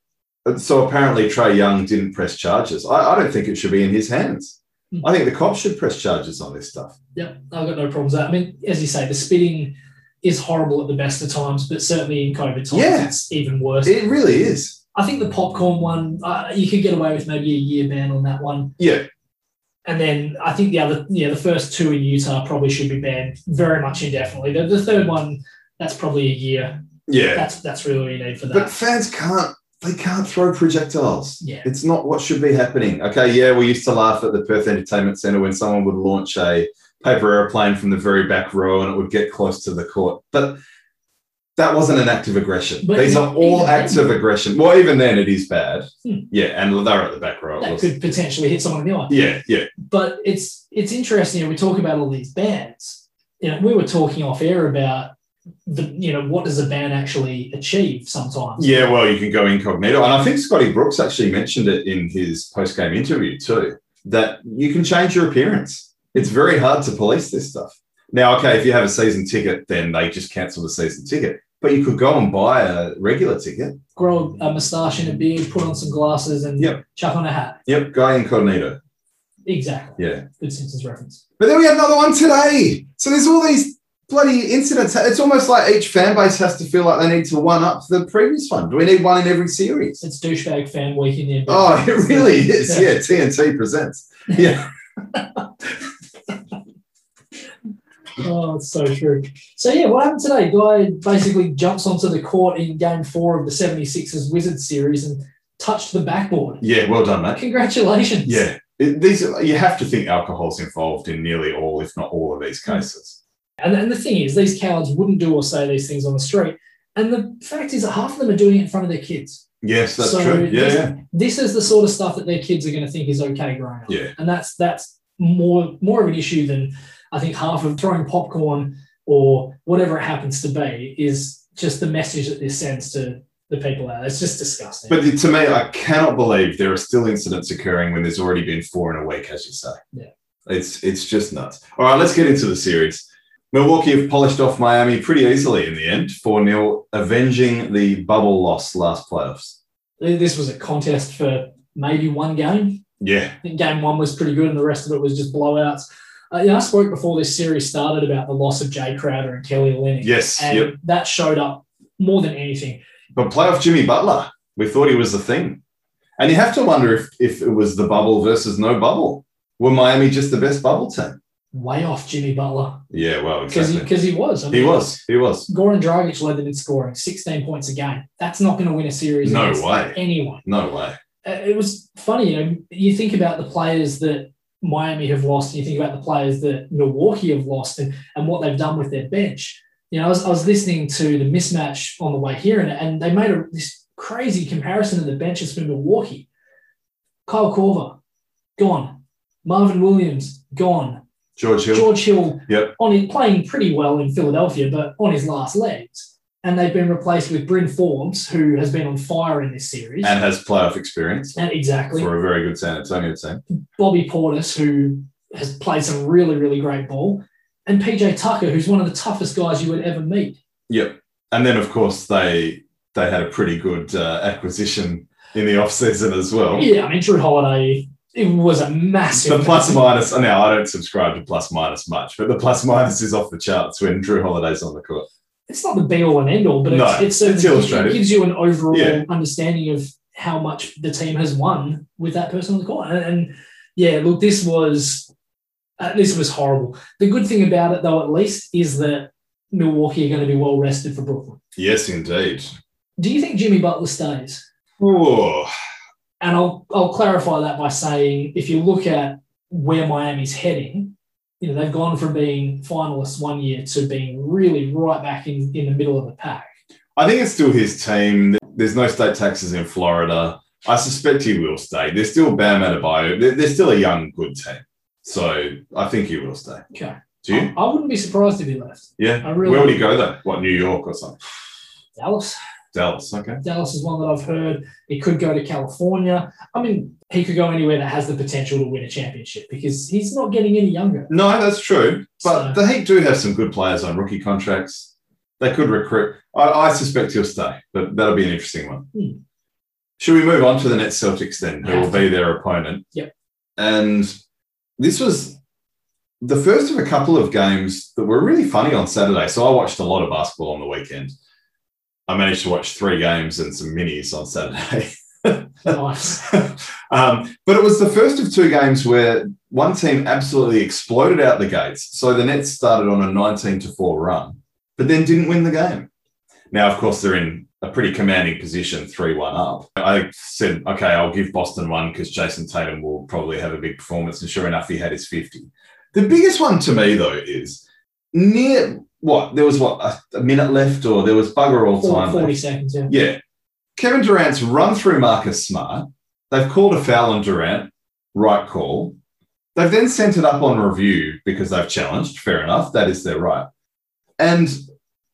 so apparently Trey Young didn't press charges. I, I don't think it should be in his hands.
Hmm.
I think the cops should press charges on this stuff.
Yep, I've got no problems with that. I mean, as you say, the spitting is horrible at the best of times, but certainly in COVID times,
Yeah.
it's even worse.
It really is.
I think the popcorn one, uh, you could get away with maybe a year ban on that one.
Yeah.
And then I think the other, yeah, the first two in Utah probably should be banned very much indefinitely. The, the third one, that's probably a year.
Yeah.
That's that's really all you need for that.
But fans can't they can't throw projectiles.
yeah.
It's not what should be happening. Okay, yeah, we used to laugh at the Perth Entertainment Centre when someone would launch a paper airplane from the very back row and it would get close to the court. But that wasn't an act of aggression.
But
These are all
even
acts
then-
of aggression. Well, even then it is bad.
Hmm.
Yeah, and they're at the back row. It
That
was-
could potentially hit someone in the eye.
yeah, yeah.
but it's it's interesting. You know, we talk about all these bans. You know, we were talking off air about the you know what does a ban actually achieve sometimes.
Yeah, well, you can go incognito. And I think Scotty Brooks actually mentioned it in his post game interview too that you can change your appearance. It's very hard to police this stuff. Now, okay, if you have a season ticket, then they just cancel the season ticket. But you could go and buy a regular ticket.
Grow a moustache and a beard, put on some glasses, and
Yep.
chuck on a hat.
Yep, go incognito.
Exactly.
Yeah.
Good Simpsons reference.
But then we had another one today. So there's all these bloody incidents. It's almost like each fan base has to feel like they need to one up the previous one. Do we need one in every series?
It's douchebag fan week in the NBA.
Oh, it really is. Yeah, TNT presents. Yeah.
Oh, it's so true. So yeah, what happened today? Guy basically jumps onto the court in Game Four of the 76ers Wizards series and touched the backboard.
Yeah, well done, mate.
Congratulations.
Yeah, It- these you have to think alcohol's involved in nearly all, if not all, of these
Hmm.
cases.
And, and the thing is, these cowards wouldn't do or say these things on the street. And the fact is that half of them are doing it in front of their kids.
Yes, that's
So
true. Yeah,
this,
yeah,
this is the sort of stuff that their kids are going to think is okay growing up.
Yeah.
And that's that's more more of an issue than I think half of throwing popcorn or whatever it happens to be is just the message that this sends to the people out. there. It's just disgusting.
But to me, I cannot believe there are still incidents occurring when there's already been four in a week, as you say.
Yeah.
it's it's just nuts. All right, let's get into the series. Milwaukee have polished off Miami pretty easily in the end, 4 0, avenging the bubble loss last playoffs.
this was a contest for maybe one game.
Yeah,
I think game one was pretty good, and the rest of it was just blowouts. Uh, yeah, I spoke before this series started about the loss of Jay Crowder and Kelly Olynyk,
yes,
and
yep.
that showed up more than anything.
But playoff Jimmy Butler, we thought he was the thing. And you have to wonder if, if it was the bubble versus no bubble. Were Miami just the best bubble team?
Way off Jimmy Butler
Yeah, well,
because
exactly.
he, was. I
He,
mean,
was. He was.
Goran Dragic led them in scoring, 16 points a game. That's not going to win a series.
No
against
way.
Anyone.
No way.
Uh, It was funny, you know. You think about the players that Miami have lost, and you think about the players that Milwaukee have lost, and, and what they've done with their bench. You know, I was, I was listening to the mismatch on the way here, and, and they made a, this crazy comparison of the benches for Milwaukee. Kyle Korver, gone. Marvin Williams, gone.
George Hill.
George Hill
Yep.
on his, playing pretty well in Philadelphia, but on his last legs. And they've been replaced with Bryn Forbes, who has been on fire in this series.
And has playoff experience
And exactly.
for a very good San Antonio team.
Bobby Portis, who has played some really, really great ball, and PJ Tucker, who's one of the toughest guys you would ever meet.
Yep. And then, of course, they they had a pretty good uh, acquisition in the offseason as well.
Yeah, I mean, Drew Holiday, it was a massive.
Oh. The plus minus, now I don't subscribe to plus minus much, but the plus minus is off the charts when Drew Holiday's on the court.
It's not the be all and end all, but it's,
No,
it's, certainly-
it's illustrative.
it gives you an overall
Yeah.
understanding of how much the team has won with that person on the court. And, and yeah, look, this was uh, this was horrible. The good thing about it, though, at least, is that Milwaukee are going to be well rested for Brooklyn.
Yes, indeed.
Do you think Jimmy Butler stays?
Whoa.
And I'll I'll clarify that by saying if you look at where Miami's heading, you know, they've gone from being finalists one year to being really right back in, in the middle of the pack.
I think it's still his team. There's no state taxes in Florida. I suspect he will stay. They're still Bam Adebayo. They're, they're still a young, good team. So I think he will stay.
Okay.
Do you?
I, I wouldn't be surprised if he left.
Yeah.
I really
Where would he go though? What New York or something?
Dallas.
Dallas. Okay.
Dallas is one that I've heard. He could go to California. I mean, he could go anywhere that has the potential to win a championship because he's not getting any younger.
No, that's true. But
So-
the Heat do have some good players on rookie contracts. They could recruit. I, I suspect he'll stay, but that'll be an interesting one.
Hmm.
Should we move on to the Nets Celtics then, who
Have
will be their opponent?
Yep.
And this was the first of a couple of games that were really funny on Saturday. So I watched a lot of basketball on the weekend. I managed to watch three games and some minis on Saturday.
Nice.
um, but it was the first of two games where one team absolutely exploded out the gates. So the Nets started on a 19 to 4 run, but then didn't win the game. Now, of course, they're in a pretty commanding position, 3 1 up. I said, okay, I'll give Boston one because Jason Tatum will probably have a big performance. And sure enough, he had his 50. The biggest one to me, though, is near what? There was what? A, a minute left, or there was bugger all
Four-
time left.
40 seconds, yeah.
Yeah. Kevin Durant's run through Marcus Smart. They've called a foul on Durant. Right call. They've then sent it up on review because they've challenged. Fair enough. That is their right. And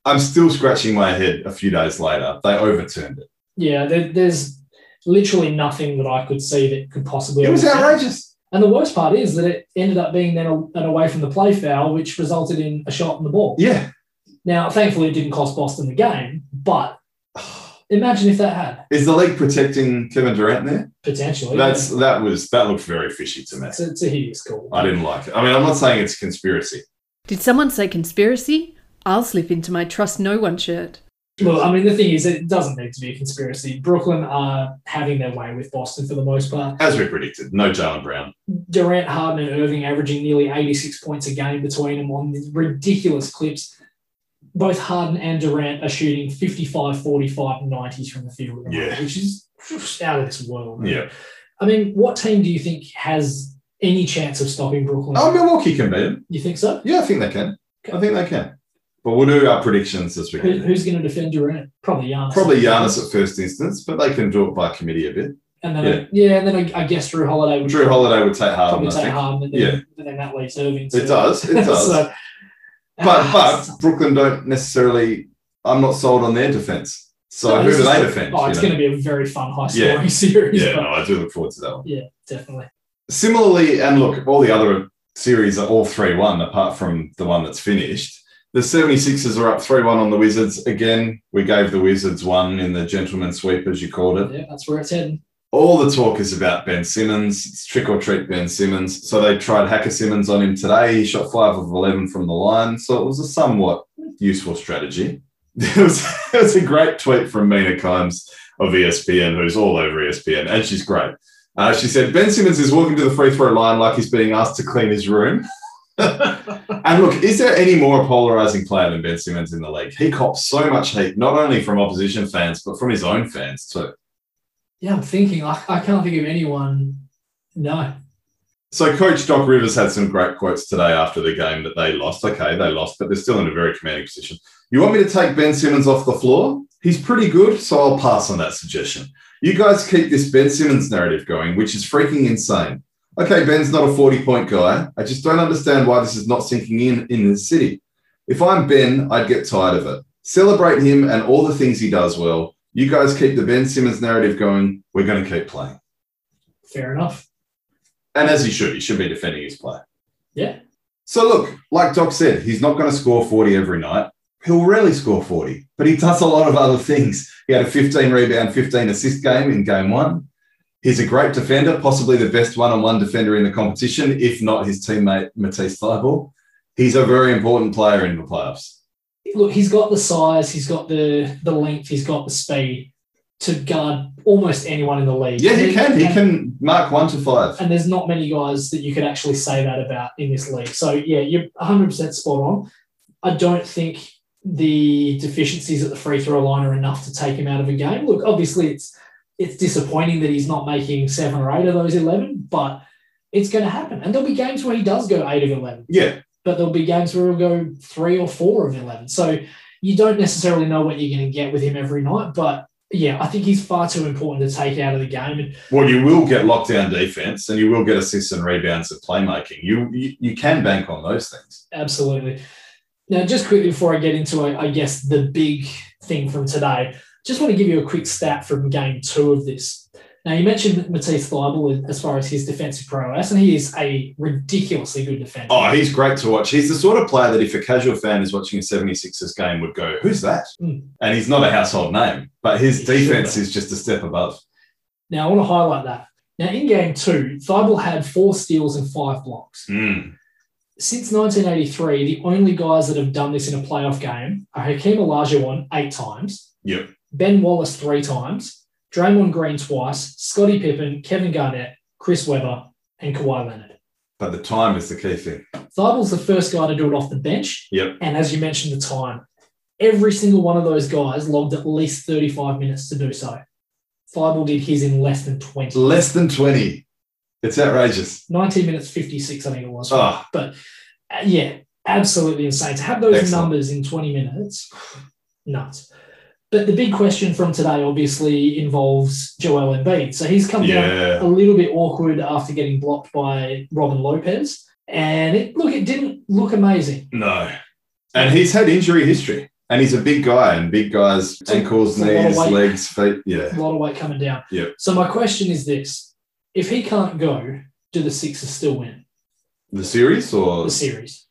I'm still scratching my head a few days later. They overturned it.
Yeah, there, there's literally nothing that I could see that could possibly.
It was outrageous.
And the worst part is that it ended up being then a, an away from the play foul, which resulted in a shot in the ball.
Yeah.
Now, thankfully, it didn't cost Boston the game, but imagine if that had
Is the league protecting Kevin Durant there?
potentially.
That's that was that looked very fishy to me.
it's a, it's a hideous call.
I didn't like it. I mean, I'm not saying it's a conspiracy.
Did someone say conspiracy? I'll slip into my trust no one shirt.
Well, I mean, the thing is, it doesn't need to be a conspiracy. Brooklyn are having their way with Boston for the most part.
As we predicted, no Jalen Brown.
Durant, Harden, and Irving averaging nearly 86 points a game between them on these ridiculous clips. Both Harden and Durant are shooting 55, 45, 90s from the field,
Yeah.
which is out of this world.
Yeah.
I mean, what team do you think has any chance of stopping Brooklyn?
Oh, Milwaukee can beat him.
you think so?
Yeah, I think they can. I think they can. But we'll do our predictions this
Who,
weekend.
who's going to defend Durant? Probably Giannis.
Probably Giannis at first instance, but they can do it by committee a bit.
And then, yeah, and then I, I guess Drew Holiday would
Drew Holiday would take Harden, Um,
probably
I
take
think.
Harden, and then,
Yeah.
and then that leaves Irving.
It does. It does.
So- uh,
but but Brooklyn don't necessarily. I'm not sold on their defense. So
No,
who
this
do
is
they
the-
defend?
Oh,
you
it's
know?
going to be a very fun high
Yeah.
scoring series.
yeah,
but
no, I do look forward to that one.
definitely.
Similarly, and look, all the other series are all 3 1 apart from the one that's finished. The 76ers are up 3 1 on the Wizards. Again, we gave the Wizards one in the gentleman sweep, as you called it.
Yeah, that's where it's heading.
all the talk is about Ben Simmons. It's trick or treat Ben Simmons. So they tried Hacker Simmons on him today. He shot five of 11 from the line. So it was a somewhat useful strategy. There was, there was a great tweet from Mina Kimes of E ESPN, who's all over E ESPN, and she's great. Uh, she said, Ben Simmons is walking to the free throw line like he's being asked to clean his room. and look, is there any more polarizing player than Ben Simmons in the league? He cops so much heat, not only from opposition fans, but from his own fans too.
Yeah, I'm thinking. I, I can't think of anyone. No.
So, Coach Doc Rivers had some great quotes today after the game that they lost. Okay, they lost, but they're still in a very commanding position. You want me to take Ben Simmons off the floor? He's pretty good, so I'll pass on that suggestion. You guys keep this Ben Simmons narrative going, which is freaking insane. Okay, Ben's not a 40 point guy. I just don't understand why this is not sinking in in the city. If I'm Ben, I'd get tired of it. Celebrate him and all the things he does well. You guys keep the Ben Simmons narrative going. We're going to keep playing.
Fair enough.
And as he should, he should be defending his play.
Yeah.
So look, like Doc said, he's not going to score 40 every night. He'll rarely score 40, but he does a lot of other things. He had a 15 rebound, 15 assist game in game one. He's a great defender, possibly the best one-on-one defender in the competition, if not his teammate Matisse Thybul. He's a very important player in the playoffs.
Look, he's got the size. He's got the the length. He's got the speed to guard almost anyone in the league.
Yeah, he can. He
And-
can mark one to five.
And there's not many guys that you could actually say that about in this league. So yeah, you're 100 percent spot on. I don't think the deficiencies at the free throw line are enough to take him out of a game. Look, obviously it's it's disappointing that he's not making seven or eight of those 11, but it's going to happen. And there'll be games where he does go eight of 11,
Yeah,
but there'll be games where he'll go three or four of 11. So you don't necessarily know what you're going to get with him every night, but. Yeah, I think he's far too important to take out of the game. And
well, you will get lockdown defense, and you will get assists and rebounds and playmaking. You you, you can bank on those things.
Absolutely. Now, just quickly before I get into, I, I guess, the big thing from today, just want to give you a quick stat from game two of this. Now, you mentioned Matisse Thybul as far as his defensive prowess, and he is a ridiculously good defender.
Oh, he's great to watch. He's the sort of player that if a casual fan is watching a 76ers game would go, who's that?
Hmm.
And he's not a household name, but his
He
defense
should
is just a step above.
Now, I want to highlight that. Now, in game two, Thybul had four steals and five blocks.
Mm.
since 1983, the only guys that have done this in a playoff game are Hakeem Olajuwon eight times,
Yep.
Ben Wallace three times, Draymond Green twice, Scottie Pippen, Kevin Garnett, Chris Webber, and Kawhi Leonard.
But the time is the key thing.
Thibault's the first guy to do it off the bench.
Yep.
And as you mentioned, the time. Every single one of those guys logged at least 35 minutes to do so. Thibault did his in less than 20.
Less than 20. It's outrageous.
19 minutes 56, I think it was.
Oh,
Uh, yeah, absolutely insane. To have those
Excellent.
numbers in 20 minutes, nuts. But the big question from today obviously involves Joel Embiid. So he's come down
yeah.
a little bit awkward after getting blocked by Robin Lopez. And it, look, it didn't look amazing.
No. And he's had injury history. And he's a big guy, and big guys,
It's a-
ankles,
it's a lot of
knees,
weight.
legs, feet. Yeah.
A lot of weight coming down.
Yep.
So my question is this if he can't go, do the Sixers still win
The series or
the series?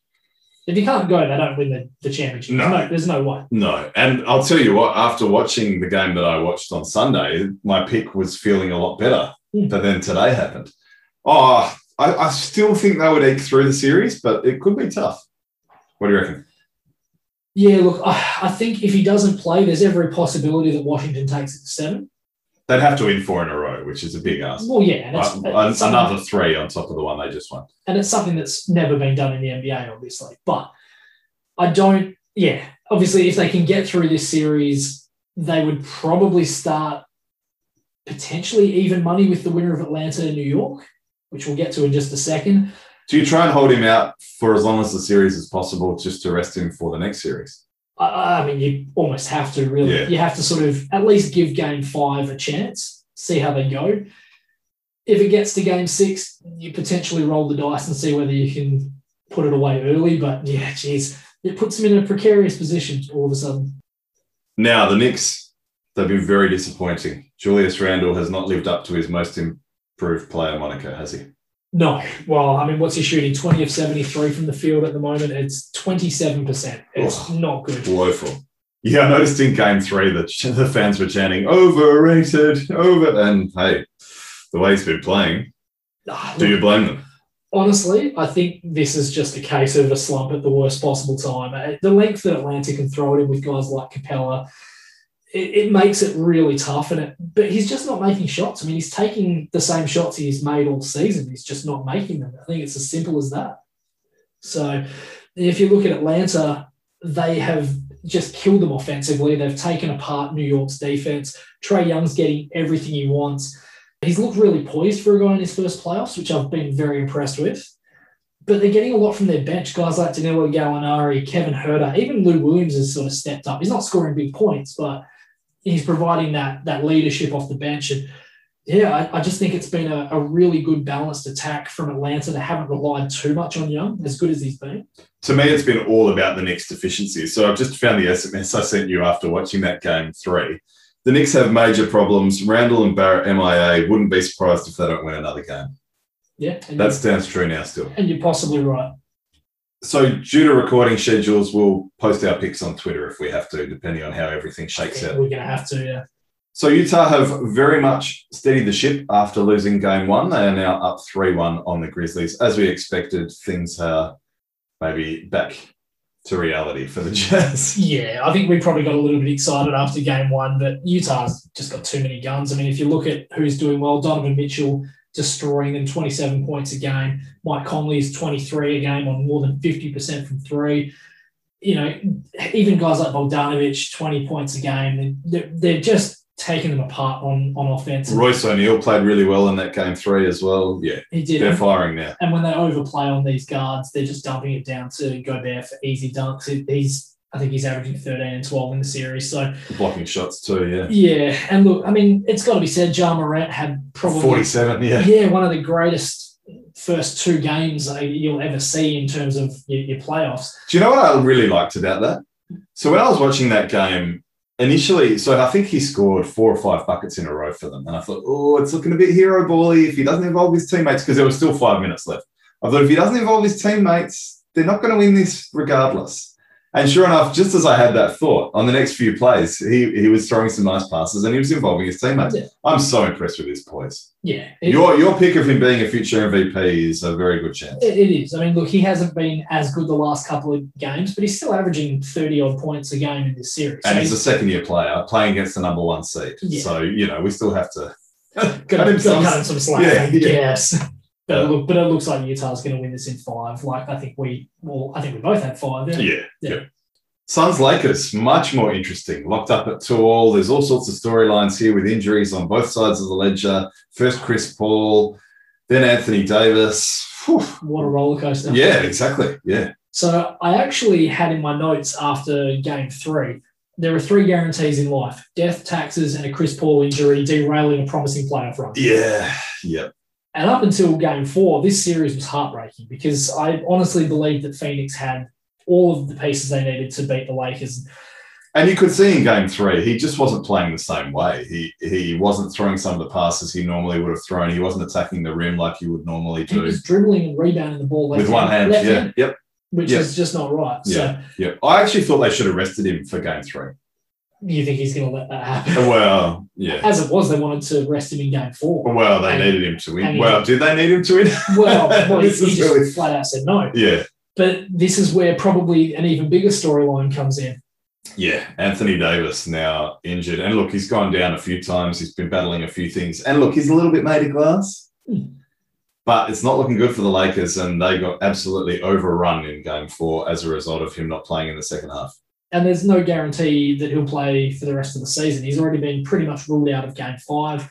If he can't go, they don't win the, the championship.
No.
no, there's no way.
no. And I'll tell you what, after watching the game that I watched on Sunday, my pick was feeling a lot better.
Hmm.
But then today happened. Oh, I, I still think they would eke through the series, but it could be tough. What do you reckon?
Yeah, look, I, I think if he doesn't play, there's every possibility that Washington takes it to seven.
They'd have to win four in a row, which is a big ask.
Well, yeah, and it's,
Uh,
it's
an-
something,
another three on top of the one they just won.
and it's something that's never been done in the NBA, obviously. But I don't, yeah, obviously, if they can get through this series, they would probably start potentially even money with the winner of Atlanta and New York, which we'll get to in just a second.
Do you try and hold him out for as long as the series is possible, just to rest him for the next series?
I, I mean, you almost have to really.
Yeah.
You have to sort of at least give game five a chance, see how they go. If it gets to game six, you potentially roll the dice and see whether you can put it away early. But yeah, geez, it puts them in a precarious position all of a sudden.
Now, the Knicks, they've been very disappointing. Julius Randle has not lived up to his most improved player moniker, has he?
No. Well, I mean, what's he shooting? 20 of 73 from the field at the moment. It's 27%. It's not good.
Woeful. Yeah, I noticed in game three that the fans were chanting, overrated, over. And hey, the way he's been playing,
Ah,
do you blame them?
honestly, I think this is just a case of a slump at the worst possible time. Uh, The length that Atlanta can throw it in with guys like Capella, it, it makes it really tough. And it, but he's just not making shots. I mean, he's taking the same shots he's made all season. He's just not making them. I think it's as simple as that. So, if you look at Atlanta, they have just killed them offensively. They've taken apart New York's defense. Trey Young's getting everything he wants. He's looked really poised for a guy in his first playoffs, which I've been very impressed with. But they're getting a lot from their bench. Guys like Danilo Gallinari, Kevin Herter, even Lou Williams has sort of stepped up. He's not scoring big points, but he's providing that that leadership off the bench. And yeah, I, I just think it's been a, a really good balanced attack from Atlanta. They haven't relied too much on Young, as good as he's been.
to me, it's been all about the Knicks' deficiencies. So I've just found the SMS I sent you after watching that game three. The Knicks have major problems. Randall and Barrett MIA wouldn't be surprised if they don't win another game.
Yeah, and,
That stands true now still.
and you're possibly right.
So due to recording schedules, we'll post our picks on Twitter if we have to, depending on how everything
I
shakes
think
out.
We're going to have to, uh, yeah.
So Utah have very much steadied the ship after losing game one. They are now up 3-1 on the Grizzlies. As we expected, things are maybe back to reality for the Jazz.
Yeah, I think we probably got a little bit excited after game one, but Utah's just got too many guns. I mean, if you look at who's doing well, Donovan Mitchell destroying them 27 points a game. Mike Conley is 23 a game on more than 50% from three. You know, even guys like Bogdanovich, 20 points a game. They're, they're just taking them apart on, on offense.
Royce O'Neal played really well in that game three as well. Yeah,
He did.
they're firing now.
And when they overplay on these guards, they're just dumping it down to Gobert for easy dunks. He- He's, I think he's averaging 13 and 12 in the series. So,
Blocking shots too, yeah.
Yeah, and look, I mean, it's got to be said, Ja Morant had probably
47, yeah.
yeah one of the greatest first two games uh, you'll ever see in terms of your, your playoffs.
Do you know what I really liked about that? So when I was watching that game, initially, so I think he scored four or five buckets in a row for them. And I thought, oh, it's looking a bit hero bally if he doesn't involve his teammates, because there was still five minutes left. I thought if he doesn't involve his teammates, they're not going to win this regardless. And sure enough, just as I had that thought, on the next few plays, he, he was throwing some nice passes and he was involving his teammates.
Yeah.
I'm so impressed with this poise.
Yeah, it-
Your your pick of him being a future MVP is a very good chance.
It, it is. I mean, look, he hasn't been as good the last couple of games, but he's still averaging 30 odd points a game in this series.
And
So
he's a second year player playing against the number one seed.
Yeah.
So, you know, we still have to.
got
cut
to
him some-
cut him some slack,
Yeah,
I
yeah.
guess. But,
Yeah.
it look, but it looks like Utah's going to win this in five. Like, I think we, well, I think we both had five. didn't we?
Yeah.
Yeah.
yeah. Suns Lakers, much more interesting. Locked up at two all. There's all sorts of storylines here with injuries on both sides of the ledger. First Chris Paul, then Anthony Davis. Phew.
What a roller coaster.
Yeah, exactly. Yeah.
So I actually had in my notes after game three, there are three guarantees in life death, taxes, and a Chris Paul injury derailing a promising playoff run.
Yeah. Yep.
And up until game four, this series was heartbreaking because I honestly believed that Phoenix had all of the pieces they needed to beat the Lakers.
And you could see in game three, he just wasn't playing the same way. He he wasn't throwing some of the passes he normally would have thrown. He wasn't attacking the rim like he would normally
He
do.
was dribbling and rebounding the ball left
With one hand.
left
Yeah.
hand,
Yep.
which
Yeah.
is just not right.
Yeah. Yeah. I actually thought they should have rested him for game three.
So you think he's going to let that happen?
Well, yeah.
As it was, they wanted to rest him in game four.
Well, they
And-
needed him to
and
win.
he-
Well, did they need him to win?
Well, well he,
This
he
is
just
really-
flat out said no.
yeah.
But this is where probably an even bigger storyline comes in.
Yeah, Anthony Davis now injured. And look, he's gone down a few times. He's been battling a few things. And look, he's a little bit made of glass.
Hmm.
But it's not looking good for the Lakers, and they got absolutely overrun in game four as a result of him not playing in the second half.
And there's no guarantee that he'll play for the rest of the season. He's already been pretty much ruled out of game five.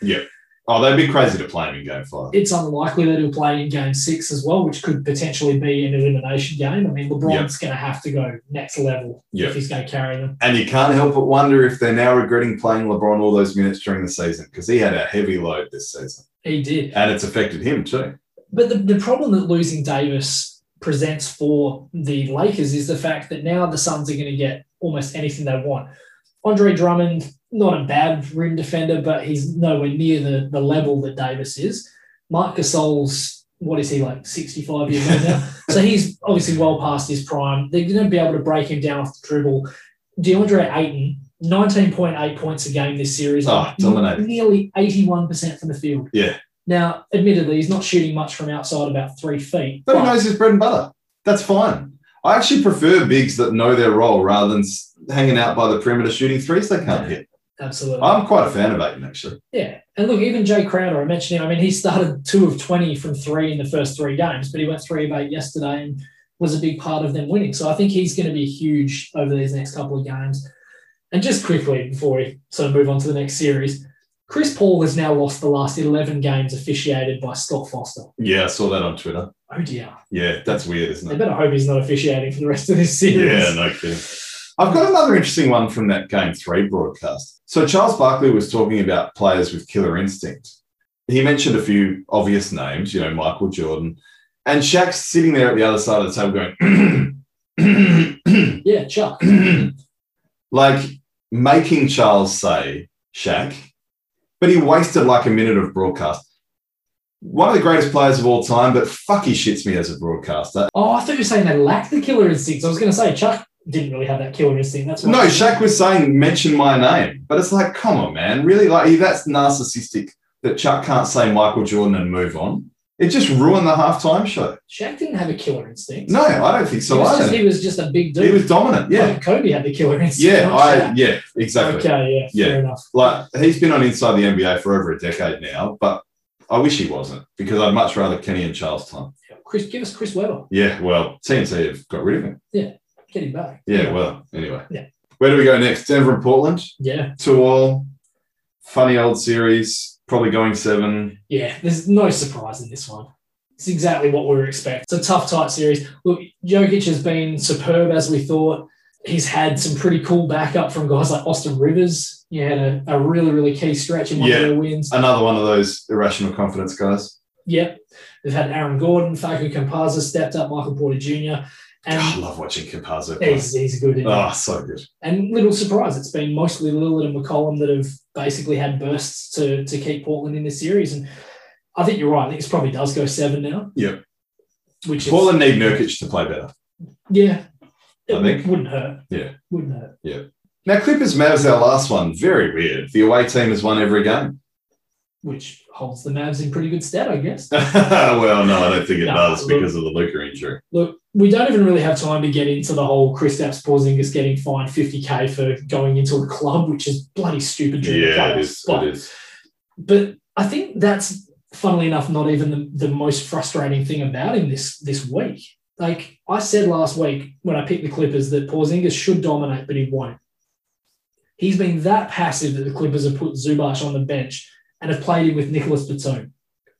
Oh, they'd be crazy to play him in game five.
it's unlikely that he'll play in game six as well, which could potentially be an elimination game. I mean, LeBron's going to have to go next level
Yeah.
if he's going to carry them.
And you can't help but wonder if they're now regretting playing LeBron all those minutes during the season because he had a heavy load this season.
He did.
And it's affected him too.
But the, the problem that losing Davis presents for the Lakers is the fact that now the Suns are going to get almost anything they want. Andre Drummond, not a bad rim defender, but he's nowhere near the, the level that Davis is. Mark Gasol's, what is he, like 65 years old now? So he's obviously well past his prime. They're going to be able to break him down off the dribble. DeAndre Ayton, 19.8 points a game this series.
Oh, dominating.
Nearly 81% from the field.
Yeah.
Now, admittedly, he's not shooting much from outside about three feet.
But he
but-
knows his bread and butter. That's fine. I actually prefer bigs that know their role rather than s- hanging out by the perimeter shooting threes they can't hit.
Absolutely.
I'm quite a fan of Aiton, actually.
yeah. And look, even Jay Crowder, I mentioned him. I mean, he started two of 20 from three in the first three games, but he went three of eight yesterday and was a big part of them winning. So I think he's going to be huge over these next couple of games. And just quickly before we sort of move on to the next series, Chris Paul has now lost the last 11 games officiated by Scott Foster.
Yeah, I saw that on Twitter.
Oh dear.
Yeah, that's weird, isn't
They
it?
better hope he's not officiating for the rest of this series.
Yeah, no kidding. I've got another interesting one from that game three broadcast. So Charles Barkley was talking about players with killer instinct. He mentioned a few obvious names, you know, Michael Jordan. And Shaq's sitting there at the other side of the table going,
Yeah, Chuck.
like making Charles say Shaq, but he wasted like a minute of broadcast. One of the greatest players of all time, but fuck, he shits me as a broadcaster.
Oh, I thought you were saying they lack the killer instincts. I was going to say Chuck didn't really have that killer instinct. That's why-
No, Shaq was saying mention my name, but it's like, come on, man, really? Like that's narcissistic that Chuck can't say Michael Jordan and move on. It just ruined the halftime show.
Shaq didn't have a killer instinct.
No, I don't think
he
so
was, just,
either.
he was just a big dude.
He was dominant. Yeah,
Like Kobe had the killer instinct.
yeah,
not
I
Shaq.
yeah, exactly.
Okay, yeah, fair enough.
like he's been on Inside the NBA for over a decade now, but I wish he wasn't because I'd much rather Kenny and Charles time.
Chris, give us Chris Webber.
Yeah, well, TNT have got rid of him.
Get him back.
Yeah, well, anyway.
Yeah.
Where do we go next? Denver and Portland,
Yeah,
two all, funny old series, probably going seven.
yeah. There's no surprise in this one. It's exactly what we were expecting. It's a tough, tight series. Look, Jokic has been superb as we thought. He's had some pretty cool backup from guys like Austin Rivers. You had a, a really, really key stretch in one
Yeah.
of their wins.
Another one of those irrational confidence guys.
Yep. They've had Aaron Gordon, Faku Campaza stepped up, Michael Porter Jr.
Oh, I
And
love watching Campazzo play.
he's, he's good. isn't he?
Oh, so good.
And little surprise, it's been mostly Lillard and McCollum that have basically had bursts to, to keep Portland in this series. And I think you're right. I think this probably does go seven now.
Yep.
Which is,
Portland need Nurkic to play better.
yeah,
I think.
wouldn't hurt.
Yeah.
Wouldn't hurt.
Now, Clippers Mavs, our last one, very weird. The away team has won every game.
Which holds the Mavs in pretty good stead, I guess.
well, no, I don't think it
No,
does
look-
because of the Luca injury.
Look, we don't even really have time to get into the whole Chris Stapps Porzingis getting fined 50k for going into a club, which is bloody stupid. during the
Yeah, it
playoffs.
is.
But
It is.
but I think that's funnily enough not even the, the most frustrating thing about him this this week. Like I said last week when I picked the Clippers that Porzingis should dominate, but he won't. He's been that passive that the Clippers have put Zubac on the bench and have played him with Nicholas Batum.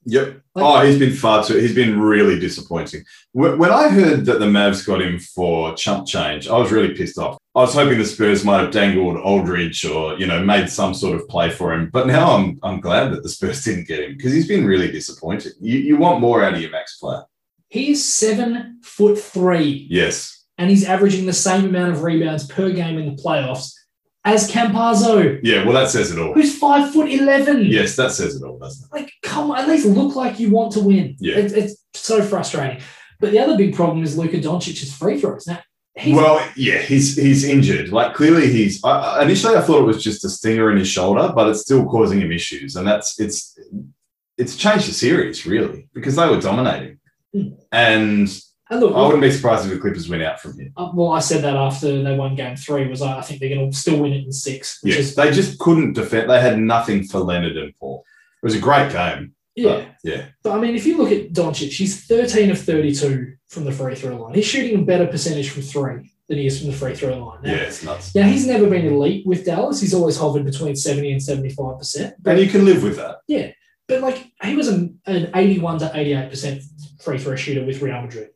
Yep.
Like,
oh, he's been far too. He's been really disappointing. Wh- When I heard that the Mavs got him for chump change, I was really pissed off. I was hoping the Spurs might have dangled Aldridge or you know made some sort of play for him. But now I'm I'm glad that the Spurs didn't get him because he's been really disappointing. You you want more out of your max player?
he is seven foot three
Yes.
and he's averaging the same amount of rebounds per game in the playoffs as Campazzo,
Yeah. Well, that says it all.
who's five foot eleven.
Yes, that says it all, doesn't it?
like come on, at least look like you want to win.
Yeah.
It's, it's so frustrating. But the other big problem is Luka Doncic's free throws. Now he's
well, yeah, he's he's injured. Like clearly, he's I, I- initially I thought it was just a stinger in his shoulder, but it's still causing him issues, and that's it's it's changed the series really because they were dominating,
Hmm.
and
and look,
I wouldn't be surprised if the Clippers went out from here.
uh, well, I said that after they won Game Three was uh, I, I think they're going to still win it in six, which
Yeah,
is
they just couldn't defend. They had nothing for Leonard and Paul. It was a great game. but
yeah.
yeah,
But I mean, if you look at Doncic, he's thirteen of thirty-two from the free throw line. He's shooting a better percentage from three than he is from the free throw line. Now,
yeah, it's nuts.
Now he's never been elite with Dallas. He's always hovered between seventy and seventy-five percent.
And you can live with that.
But like he was a, an eighty-one to eighty-eight percent free throw shooter with Real Madrid.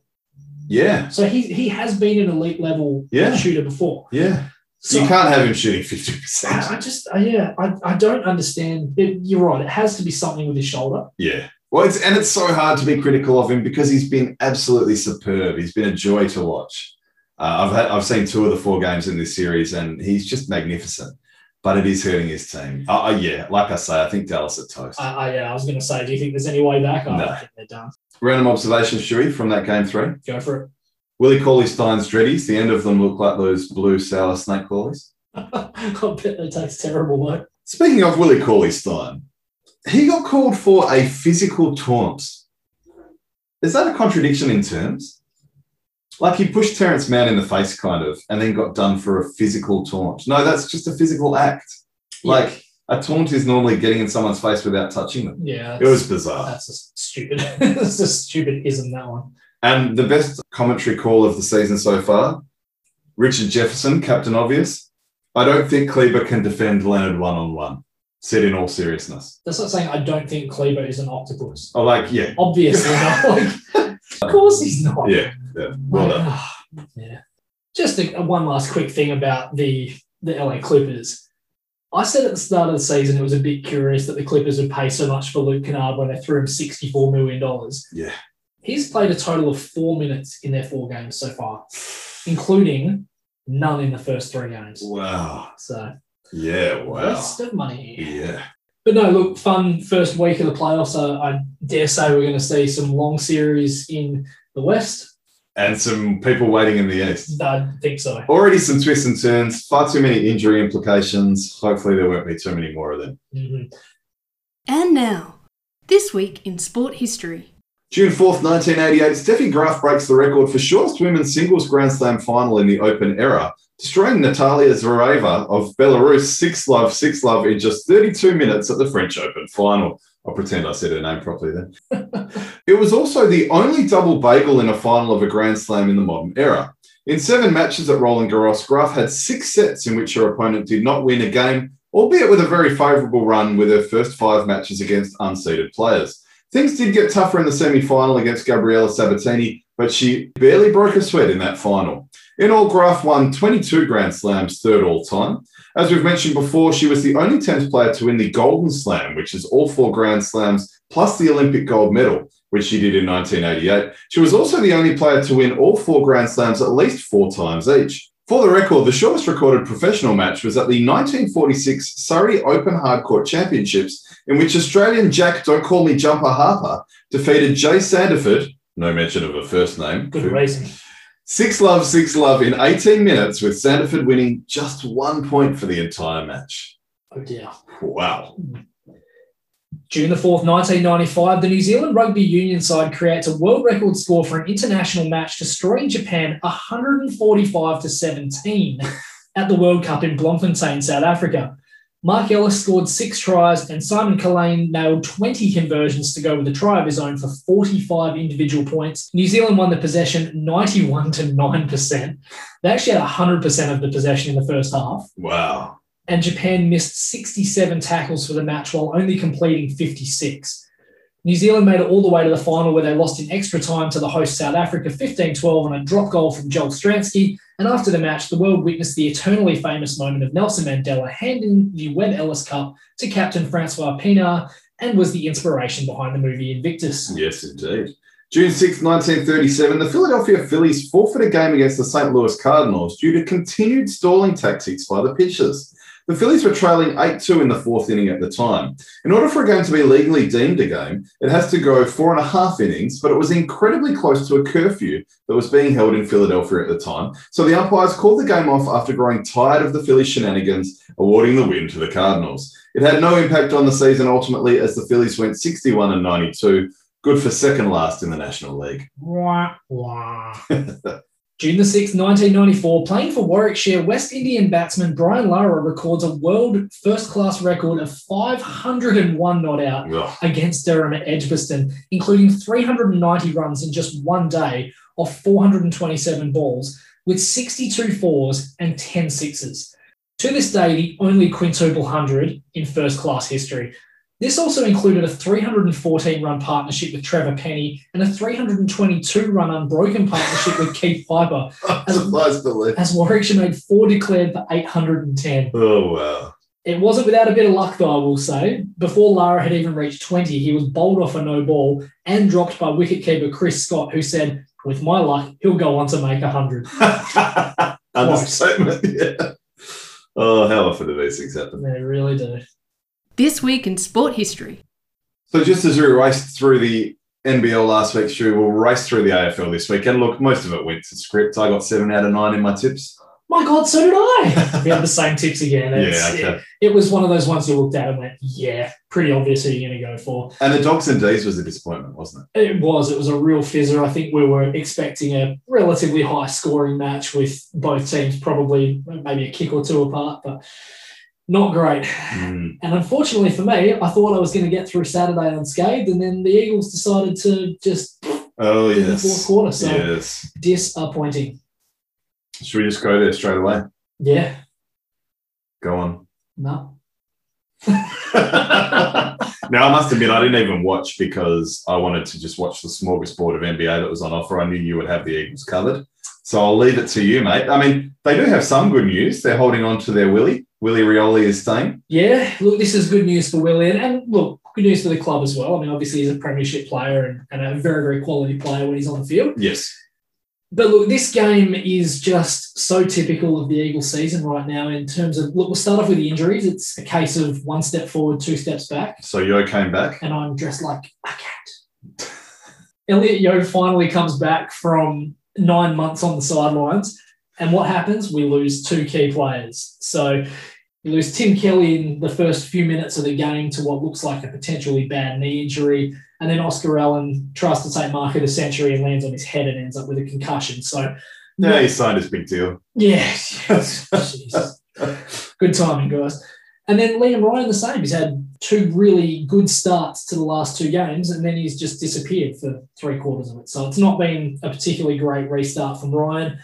Yeah,
So he he has been an elite level
Yeah.
shooter before.
yeah.
So
you can't have him shooting fifty percent.
I I just I- yeah I, I don't understand. It, you're right. It has to be something with his shoulder.
Yeah. Well, it's and it's so hard to be critical of him because he's been absolutely superb. He's been a joy to watch. Uh, I've had, I've seen two of the four games in this series, and he's just magnificent. But it is hurting his team. Uh, uh, yeah, like I say, I think Dallas are toast.
I, I, yeah, I was going to say, do you think there's any way back? I
No.
don't think they're done.
Random observation, Shuey, from that game three.
Go for it.
Willie Cauley Stein's dreadies. The end of them look like those blue sour snake coilies.
I bet that takes terrible work.
Speaking of Willie Cauley Stein, he got called for a physical taunt. Is that a contradiction in terms? Like he pushed Terrence Mann in the face, kind of, and then got done for a physical taunt. No, that's just a physical act. Like a taunt is normally getting in someone's face without touching them.
yeah,
It was bizarre.
that's just stupid. it's just stupid, isn't that one?
And the best commentary call of the season so far, Richard Jefferson, Captain Obvious. I don't think Kleber can defend Leonard one on one, said in all seriousness.
That's not saying I don't think Kleber is an octopus.
Oh, like, yeah,
Obviously not. Like, of course he's not. oh,
yeah, yeah. Well done.
Yeah. Just a, one last quick thing about the the LA Clippers. I said at the start of the season it was a bit curious that the Clippers would pay so much for Luke Kennard when they threw him sixty four million dollars.
Yeah.
He's played a total of four minutes in their four games so far, including none in the first three games.
Wow.
So
Yeah, wow.
waste of money.
Yeah.
But no, look, fun first week of the playoffs. I, I dare say we're going to see some long series in the West.
And some people waiting in the East.
I think so.
Already some twists and turns, far too many injury implications. Hopefully, there won't be too many more of them.
Mhm.
And now, this week in sport history.
June 4th, 1988, Steffi Graf breaks the record for shortest women's singles Grand Slam final in the open era, destroying Natalia Zvereva of Belarus 6 love 6 love in just 32 minutes at the French Open final. I'll pretend I said her name properly then. it was also the only double bagel in a final of a Grand Slam in the modern era. In seven matches at Roland Garros, Graf had six sets in which her opponent did not win a game, albeit with a very favourable run with her first five matches against unseeded players. Things did get tougher in the semi final against Gabriella Sabatini, but she barely broke a sweat in that final. In all, Graf won 22 Grand Slams, third all time. As we've mentioned before, she was the only tennis player to win the Golden Slam, which is all four Grand Slams plus the Olympic gold medal, which she did in 1988. She was also the only player to win all four Grand Slams at least four times each. For the record, the shortest recorded professional match was at the 1946 Surrey Open Hardcourt Championships in which Australian Jack Don't Call Me Jumper Harper defeated Jay Sandiford, no mention of her first name,
Good
who-
reason.
Six love, six love in 18 minutes with Sandiford winning just one point for the entire match.
Oh dear.
Wow.
June the 4th, 1995, the New Zealand rugby union side creates a world record score for an international match, destroying Japan 145 to 17 at the World Cup in Bloemfontein, South Africa. Mark Ellis scored six tries, and Simon Cullinan nailed 20 conversions to go with a try of his own for 45 individual points. New Zealand won the possession 91 to 9%. They actually had 100% of the possession in the first half,
Wow.
and Japan missed 67 tackles for the match while only completing 56. New Zealand made it all the way to the final where they lost in extra time to the host South Africa 15 12 on a drop goal from Joel Stransky. And after the match, the world witnessed the eternally famous moment of Nelson Mandela handing the Webb Ellis Cup to Captain Francois Pienaar and was the inspiration behind the movie Invictus.
Yes, indeed. June 6, 1937, the Philadelphia Phillies forfeit a game against the St. Louis Cardinals due to continued stalling tactics by the pitchers. The Phillies were trailing 8 2 in the fourth inning at the time. In order for a game to be legally deemed a game, it has to go four and a half innings, but it was incredibly close to a curfew that was being held in Philadelphia at the time. So the umpires called the game off after growing tired of the Phillies' shenanigans, awarding the win to the Cardinals. It had no impact on the season ultimately, as the Phillies went 61 and 92, good for second last in the National League.
Wah, wah. June the 6th, 1994, playing for Warwickshire, West Indian batsman Brian Lara records a world first class record of 501 not out
Ugh.
against Durham at Edgbaston, including 390 runs in just one day off 427 balls, with 62 fours and 10 sixes. To this day, the only quintuple hundred in first class history. This also included a 314 run partnership with Trevor Penny and a 322 run unbroken partnership with Keith Piper,
I'm surprised to leave.
as Warwickshire made four declared for 810.
Oh, wow.
It wasn't without a bit of luck, though, I will say. Before Lara had even reached 20, he was bowled off a no ball and dropped by wicketkeeper Chris Scott, who said, with my luck, he'll go on to make 100.
Understatement. Yeah. Oh, how often do these things happen?
They really do.
This week in sport history.
So, just as we raced through the NBL last week, Stu, we'll race through the AFL this week. And look, most of it went to script. I got seven out of nine in my tips.
My God, so did I. We had the same tips again. It's-
Yeah,
it, it was one of those ones you looked at and went, yeah, pretty obvious who you're going to go for.
And the Dogs and D's was a disappointment, wasn't it?
It was. It was a real fizzer. I think we were expecting a relatively high scoring match with both teams, probably maybe a kick or two apart, but not great.
Mm.
And unfortunately for me, I thought I was going to get through Saturday unscathed, and then the Eagles decided to just
Oh,
in the fourth
yes.
quarter. So
Yes.
disappointing.
Should we just go there straight away?
Yeah,
Go on.
no.
Now, I must admit, I didn't even watch because I wanted to just watch the smorgasbord of NBA that was on offer. I knew you would have the Eagles covered. So I'll leave it to you, mate. I mean, they do have some good news. They're holding on to their Willie. Willie Rioli is staying.
yeah, look, this is good news for Willian, and look, good news for the club as well. I mean, obviously he's a premiership player and, and a very, very quality player when he's on the field.
Yes.
But look, this game is just so typical of the Eagles season right now in terms of look, we'll start off with the injuries. It's a case of one step forward, two steps back.
So Yo came back.
and I'm dressed like a cat. Elliot Yo finally comes back from nine months on the sidelines. And what happens? We lose two key players. So you lose Tim Kelly in the first few minutes of the game to what looks like a potentially bad knee injury. And then Oscar Allen tries to take Mark of the century and lands on his head and ends up with a concussion. So,
Yeah, he signed his big deal.
yeah. Jesus. Good timing, guys. And then Liam Ryan, the same. He's had two really good starts to the last two games, and then he's just disappeared for three quarters of it. So it's not been a particularly great restart from Ryan.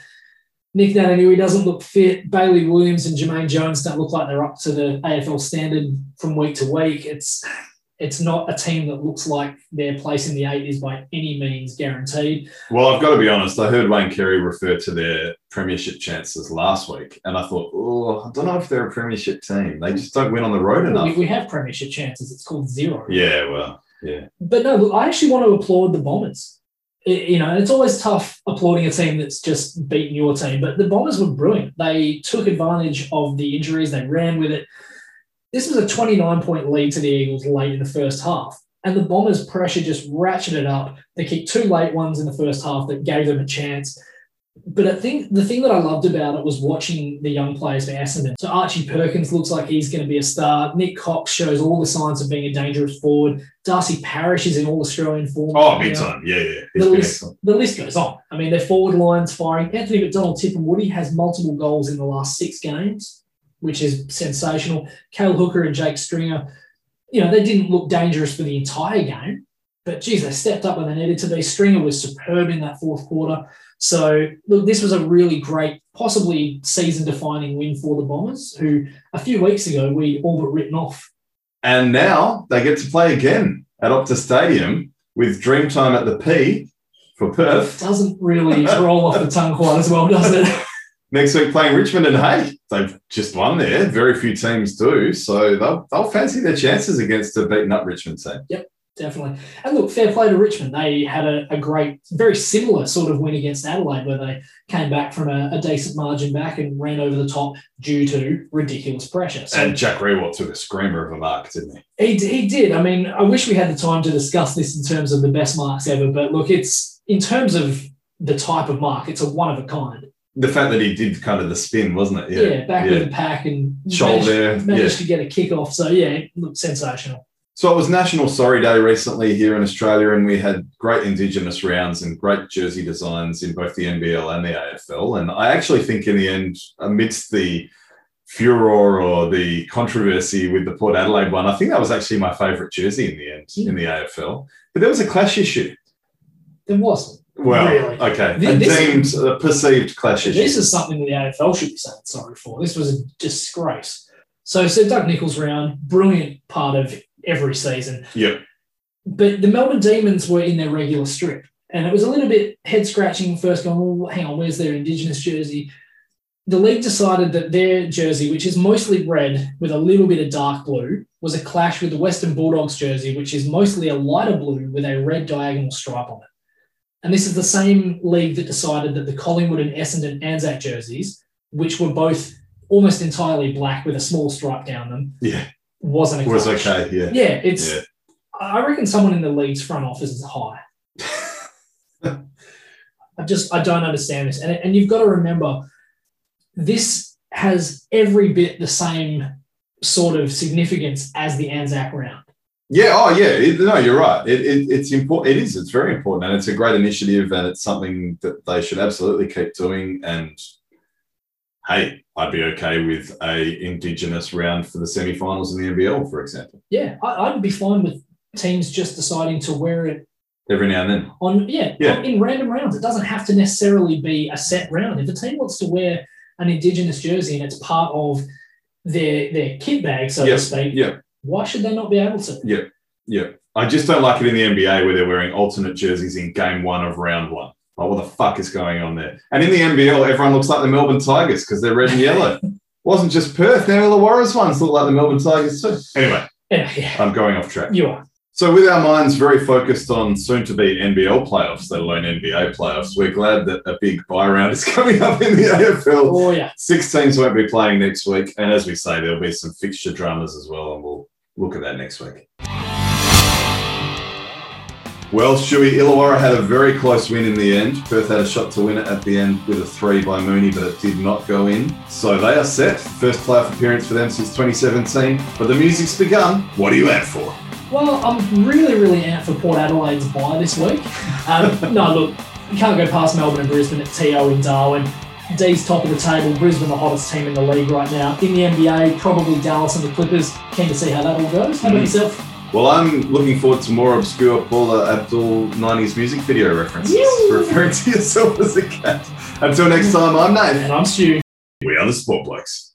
Nick Natanui doesn't look fit. Bailey Williams and Jermaine Jones don't look like they're up to the AFL standard from week to week. It's it's not a team that looks like their place in the eight is by any means guaranteed.
Well, I've got to be honest. I heard Wayne Carey refer to their premiership chances last week, and I thought, oh, I don't know if they're a premiership team. They just don't win on the road
We,
enough.
we have premiership chances. It's called zero.
Yeah, well,
But no, look, I actually want to applaud the Bombers. It- you know, it's always tough applauding a team that's just beaten your team, but the Bombers were brilliant. They took advantage of the injuries, they ran with it. This was a 29 point lead to the Eagles late in the first half. And the Bombers' pressure just ratcheted up. They kicked two late ones in the first half that gave them a chance. But I think the thing that I loved about it was watching the young players for Essendon. So Archie Perkins looks like he's going to be a star. Nick Cox shows all the signs of being a dangerous forward. Darcy Parish is in all Australian form.
Oh,
right
big
now.
time. Yeah, yeah. He's been
The list,
excellent.
the list goes on. I mean, their forward line's firing. Anthony McDonald, Tip and Woody has multiple goals in the last six games, which is sensational. Cal Hooker and Jake Stringer, you know, they didn't look dangerous for the entire game, but geez, they stepped up when they needed to be. Stringer was superb in that fourth quarter. So, look, this was a really great, possibly season defining win for the Bombers, who a few weeks ago we all but written off.
And now they get to play again at Optus Stadium with Dreamtime at the P for Perth.
Doesn't really roll off the tongue quite as well, does it?
Next week playing Richmond and hey, they've just won there. Very few teams do. So they'll, they'll fancy their chances against a beaten up Richmond team.
definitely. And look, fair play to Richmond. They had a, a great, very similar sort of win against Adelaide, where they came back from a, a decent margin back and ran over the top due to ridiculous pressure. So
And Jack Rewalt took a screamer of a mark, didn't he?
he, he did. I mean, I wish we had the time to discuss this in terms of the best marks ever, but look, it's in terms of the type of mark, it's a one of a kind.
The fact that he did kind of the spin, wasn't
Yeah,
it?
back with the pack and managed,
Shoulder. Yeah.
managed to get a kick off. So yeah, look, sensational.
So it was National Sorry Day recently here in Australia, and we had great Indigenous rounds and great jersey designs in both the NBL and the AFL. And I actually think, in the end, amidst the furor or the controversy with the Port Adelaide one, I think that was actually my favourite jersey in the end in the AFL. But there was a clash issue.
There wasn't.
Well,
Really?
okay,
Th-
a
this-
deemed a perceived clash issue.
This is something that the AFL should be saying sorry for. This was a disgrace. So Sir Doug Nichols round, brilliant part of every season.
Yep.
But the Melbourne Demons were in their regular strip. And it was a little bit head scratching first going, well, hang on, where's their Indigenous jersey? The league decided that their jersey, which is mostly red with a little bit of dark blue, was a clash with the Western Bulldogs jersey, which is mostly a lighter blue with a red diagonal stripe on it. And this is the same league that decided that the Collingwood and Essendon Anzac jerseys, which were both almost entirely black with a small stripe down them,
Yeah.
wasn't a
It was
clash.
okay. Yeah.
Yeah, it's.
Yeah.
I reckon someone in the league's front office is high. I just I don't understand this, and and you've got to remember, this has every bit the same sort of significance as the Anzac round.
Yeah. Oh, yeah. It- no, you're right. It, it, it's important. It is. It's very important, and it's a great initiative, and it's something that they should absolutely keep doing. And hey, I'd be okay with a Indigenous round for the semi-finals in the NBL, for example,
Yeah, I, I'd be fine with teams just deciding to wear it
every now and then.
on yeah,
Yeah.
on- in random rounds. It doesn't have to necessarily be a set round. If a team wants to wear an indigenous jersey and it's part of their their kit bag, so
Yeah,
to speak,
yeah.
why should they not be able to?
I just don't like it in the NBA where they're wearing alternate jerseys in game one of round one. Like, what the fuck is going on there? And in the NBL, everyone looks like the Melbourne Tigers because they're red and yellow. Wasn't just Perth. Now all the Warriors ones look like the Melbourne Tigers too. Anyway,
Yeah, yeah,
I'm going off track.
you are.
So, with our minds very focused on soon to be NBL playoffs, let alone NBA playoffs, we're glad that a big buy round is coming up in the AFL.
Oh yeah,
Six teams won't be playing next week. And as we say, there'll be some fixture dramas as well. And we'll look at that next week. Well, Stewie, Illawarra had a very close win in the end. Perth had a shot to win it at the end with a three by Mooney, but it did not go in. So they are set. First playoff appearance for them since 2017. But the music's begun. What are you out for?
Well, I'm really, really out for Port Adelaide's buy this week. Um, no, look, you can't go past Melbourne and Brisbane at TO in Darwin. D's top of the table, Brisbane the hottest team in the league right now. In the NBA, probably Dallas and the Clippers. Keen to see how that all goes. How about
Mm.
yourself?
Well, I'm looking forward to more obscure Paula Abdul 90s music video references,
Yew.
referring to yourself as a cat. Until next time, I'm Nate.
And I'm Stu.
We are the Sport Blokes.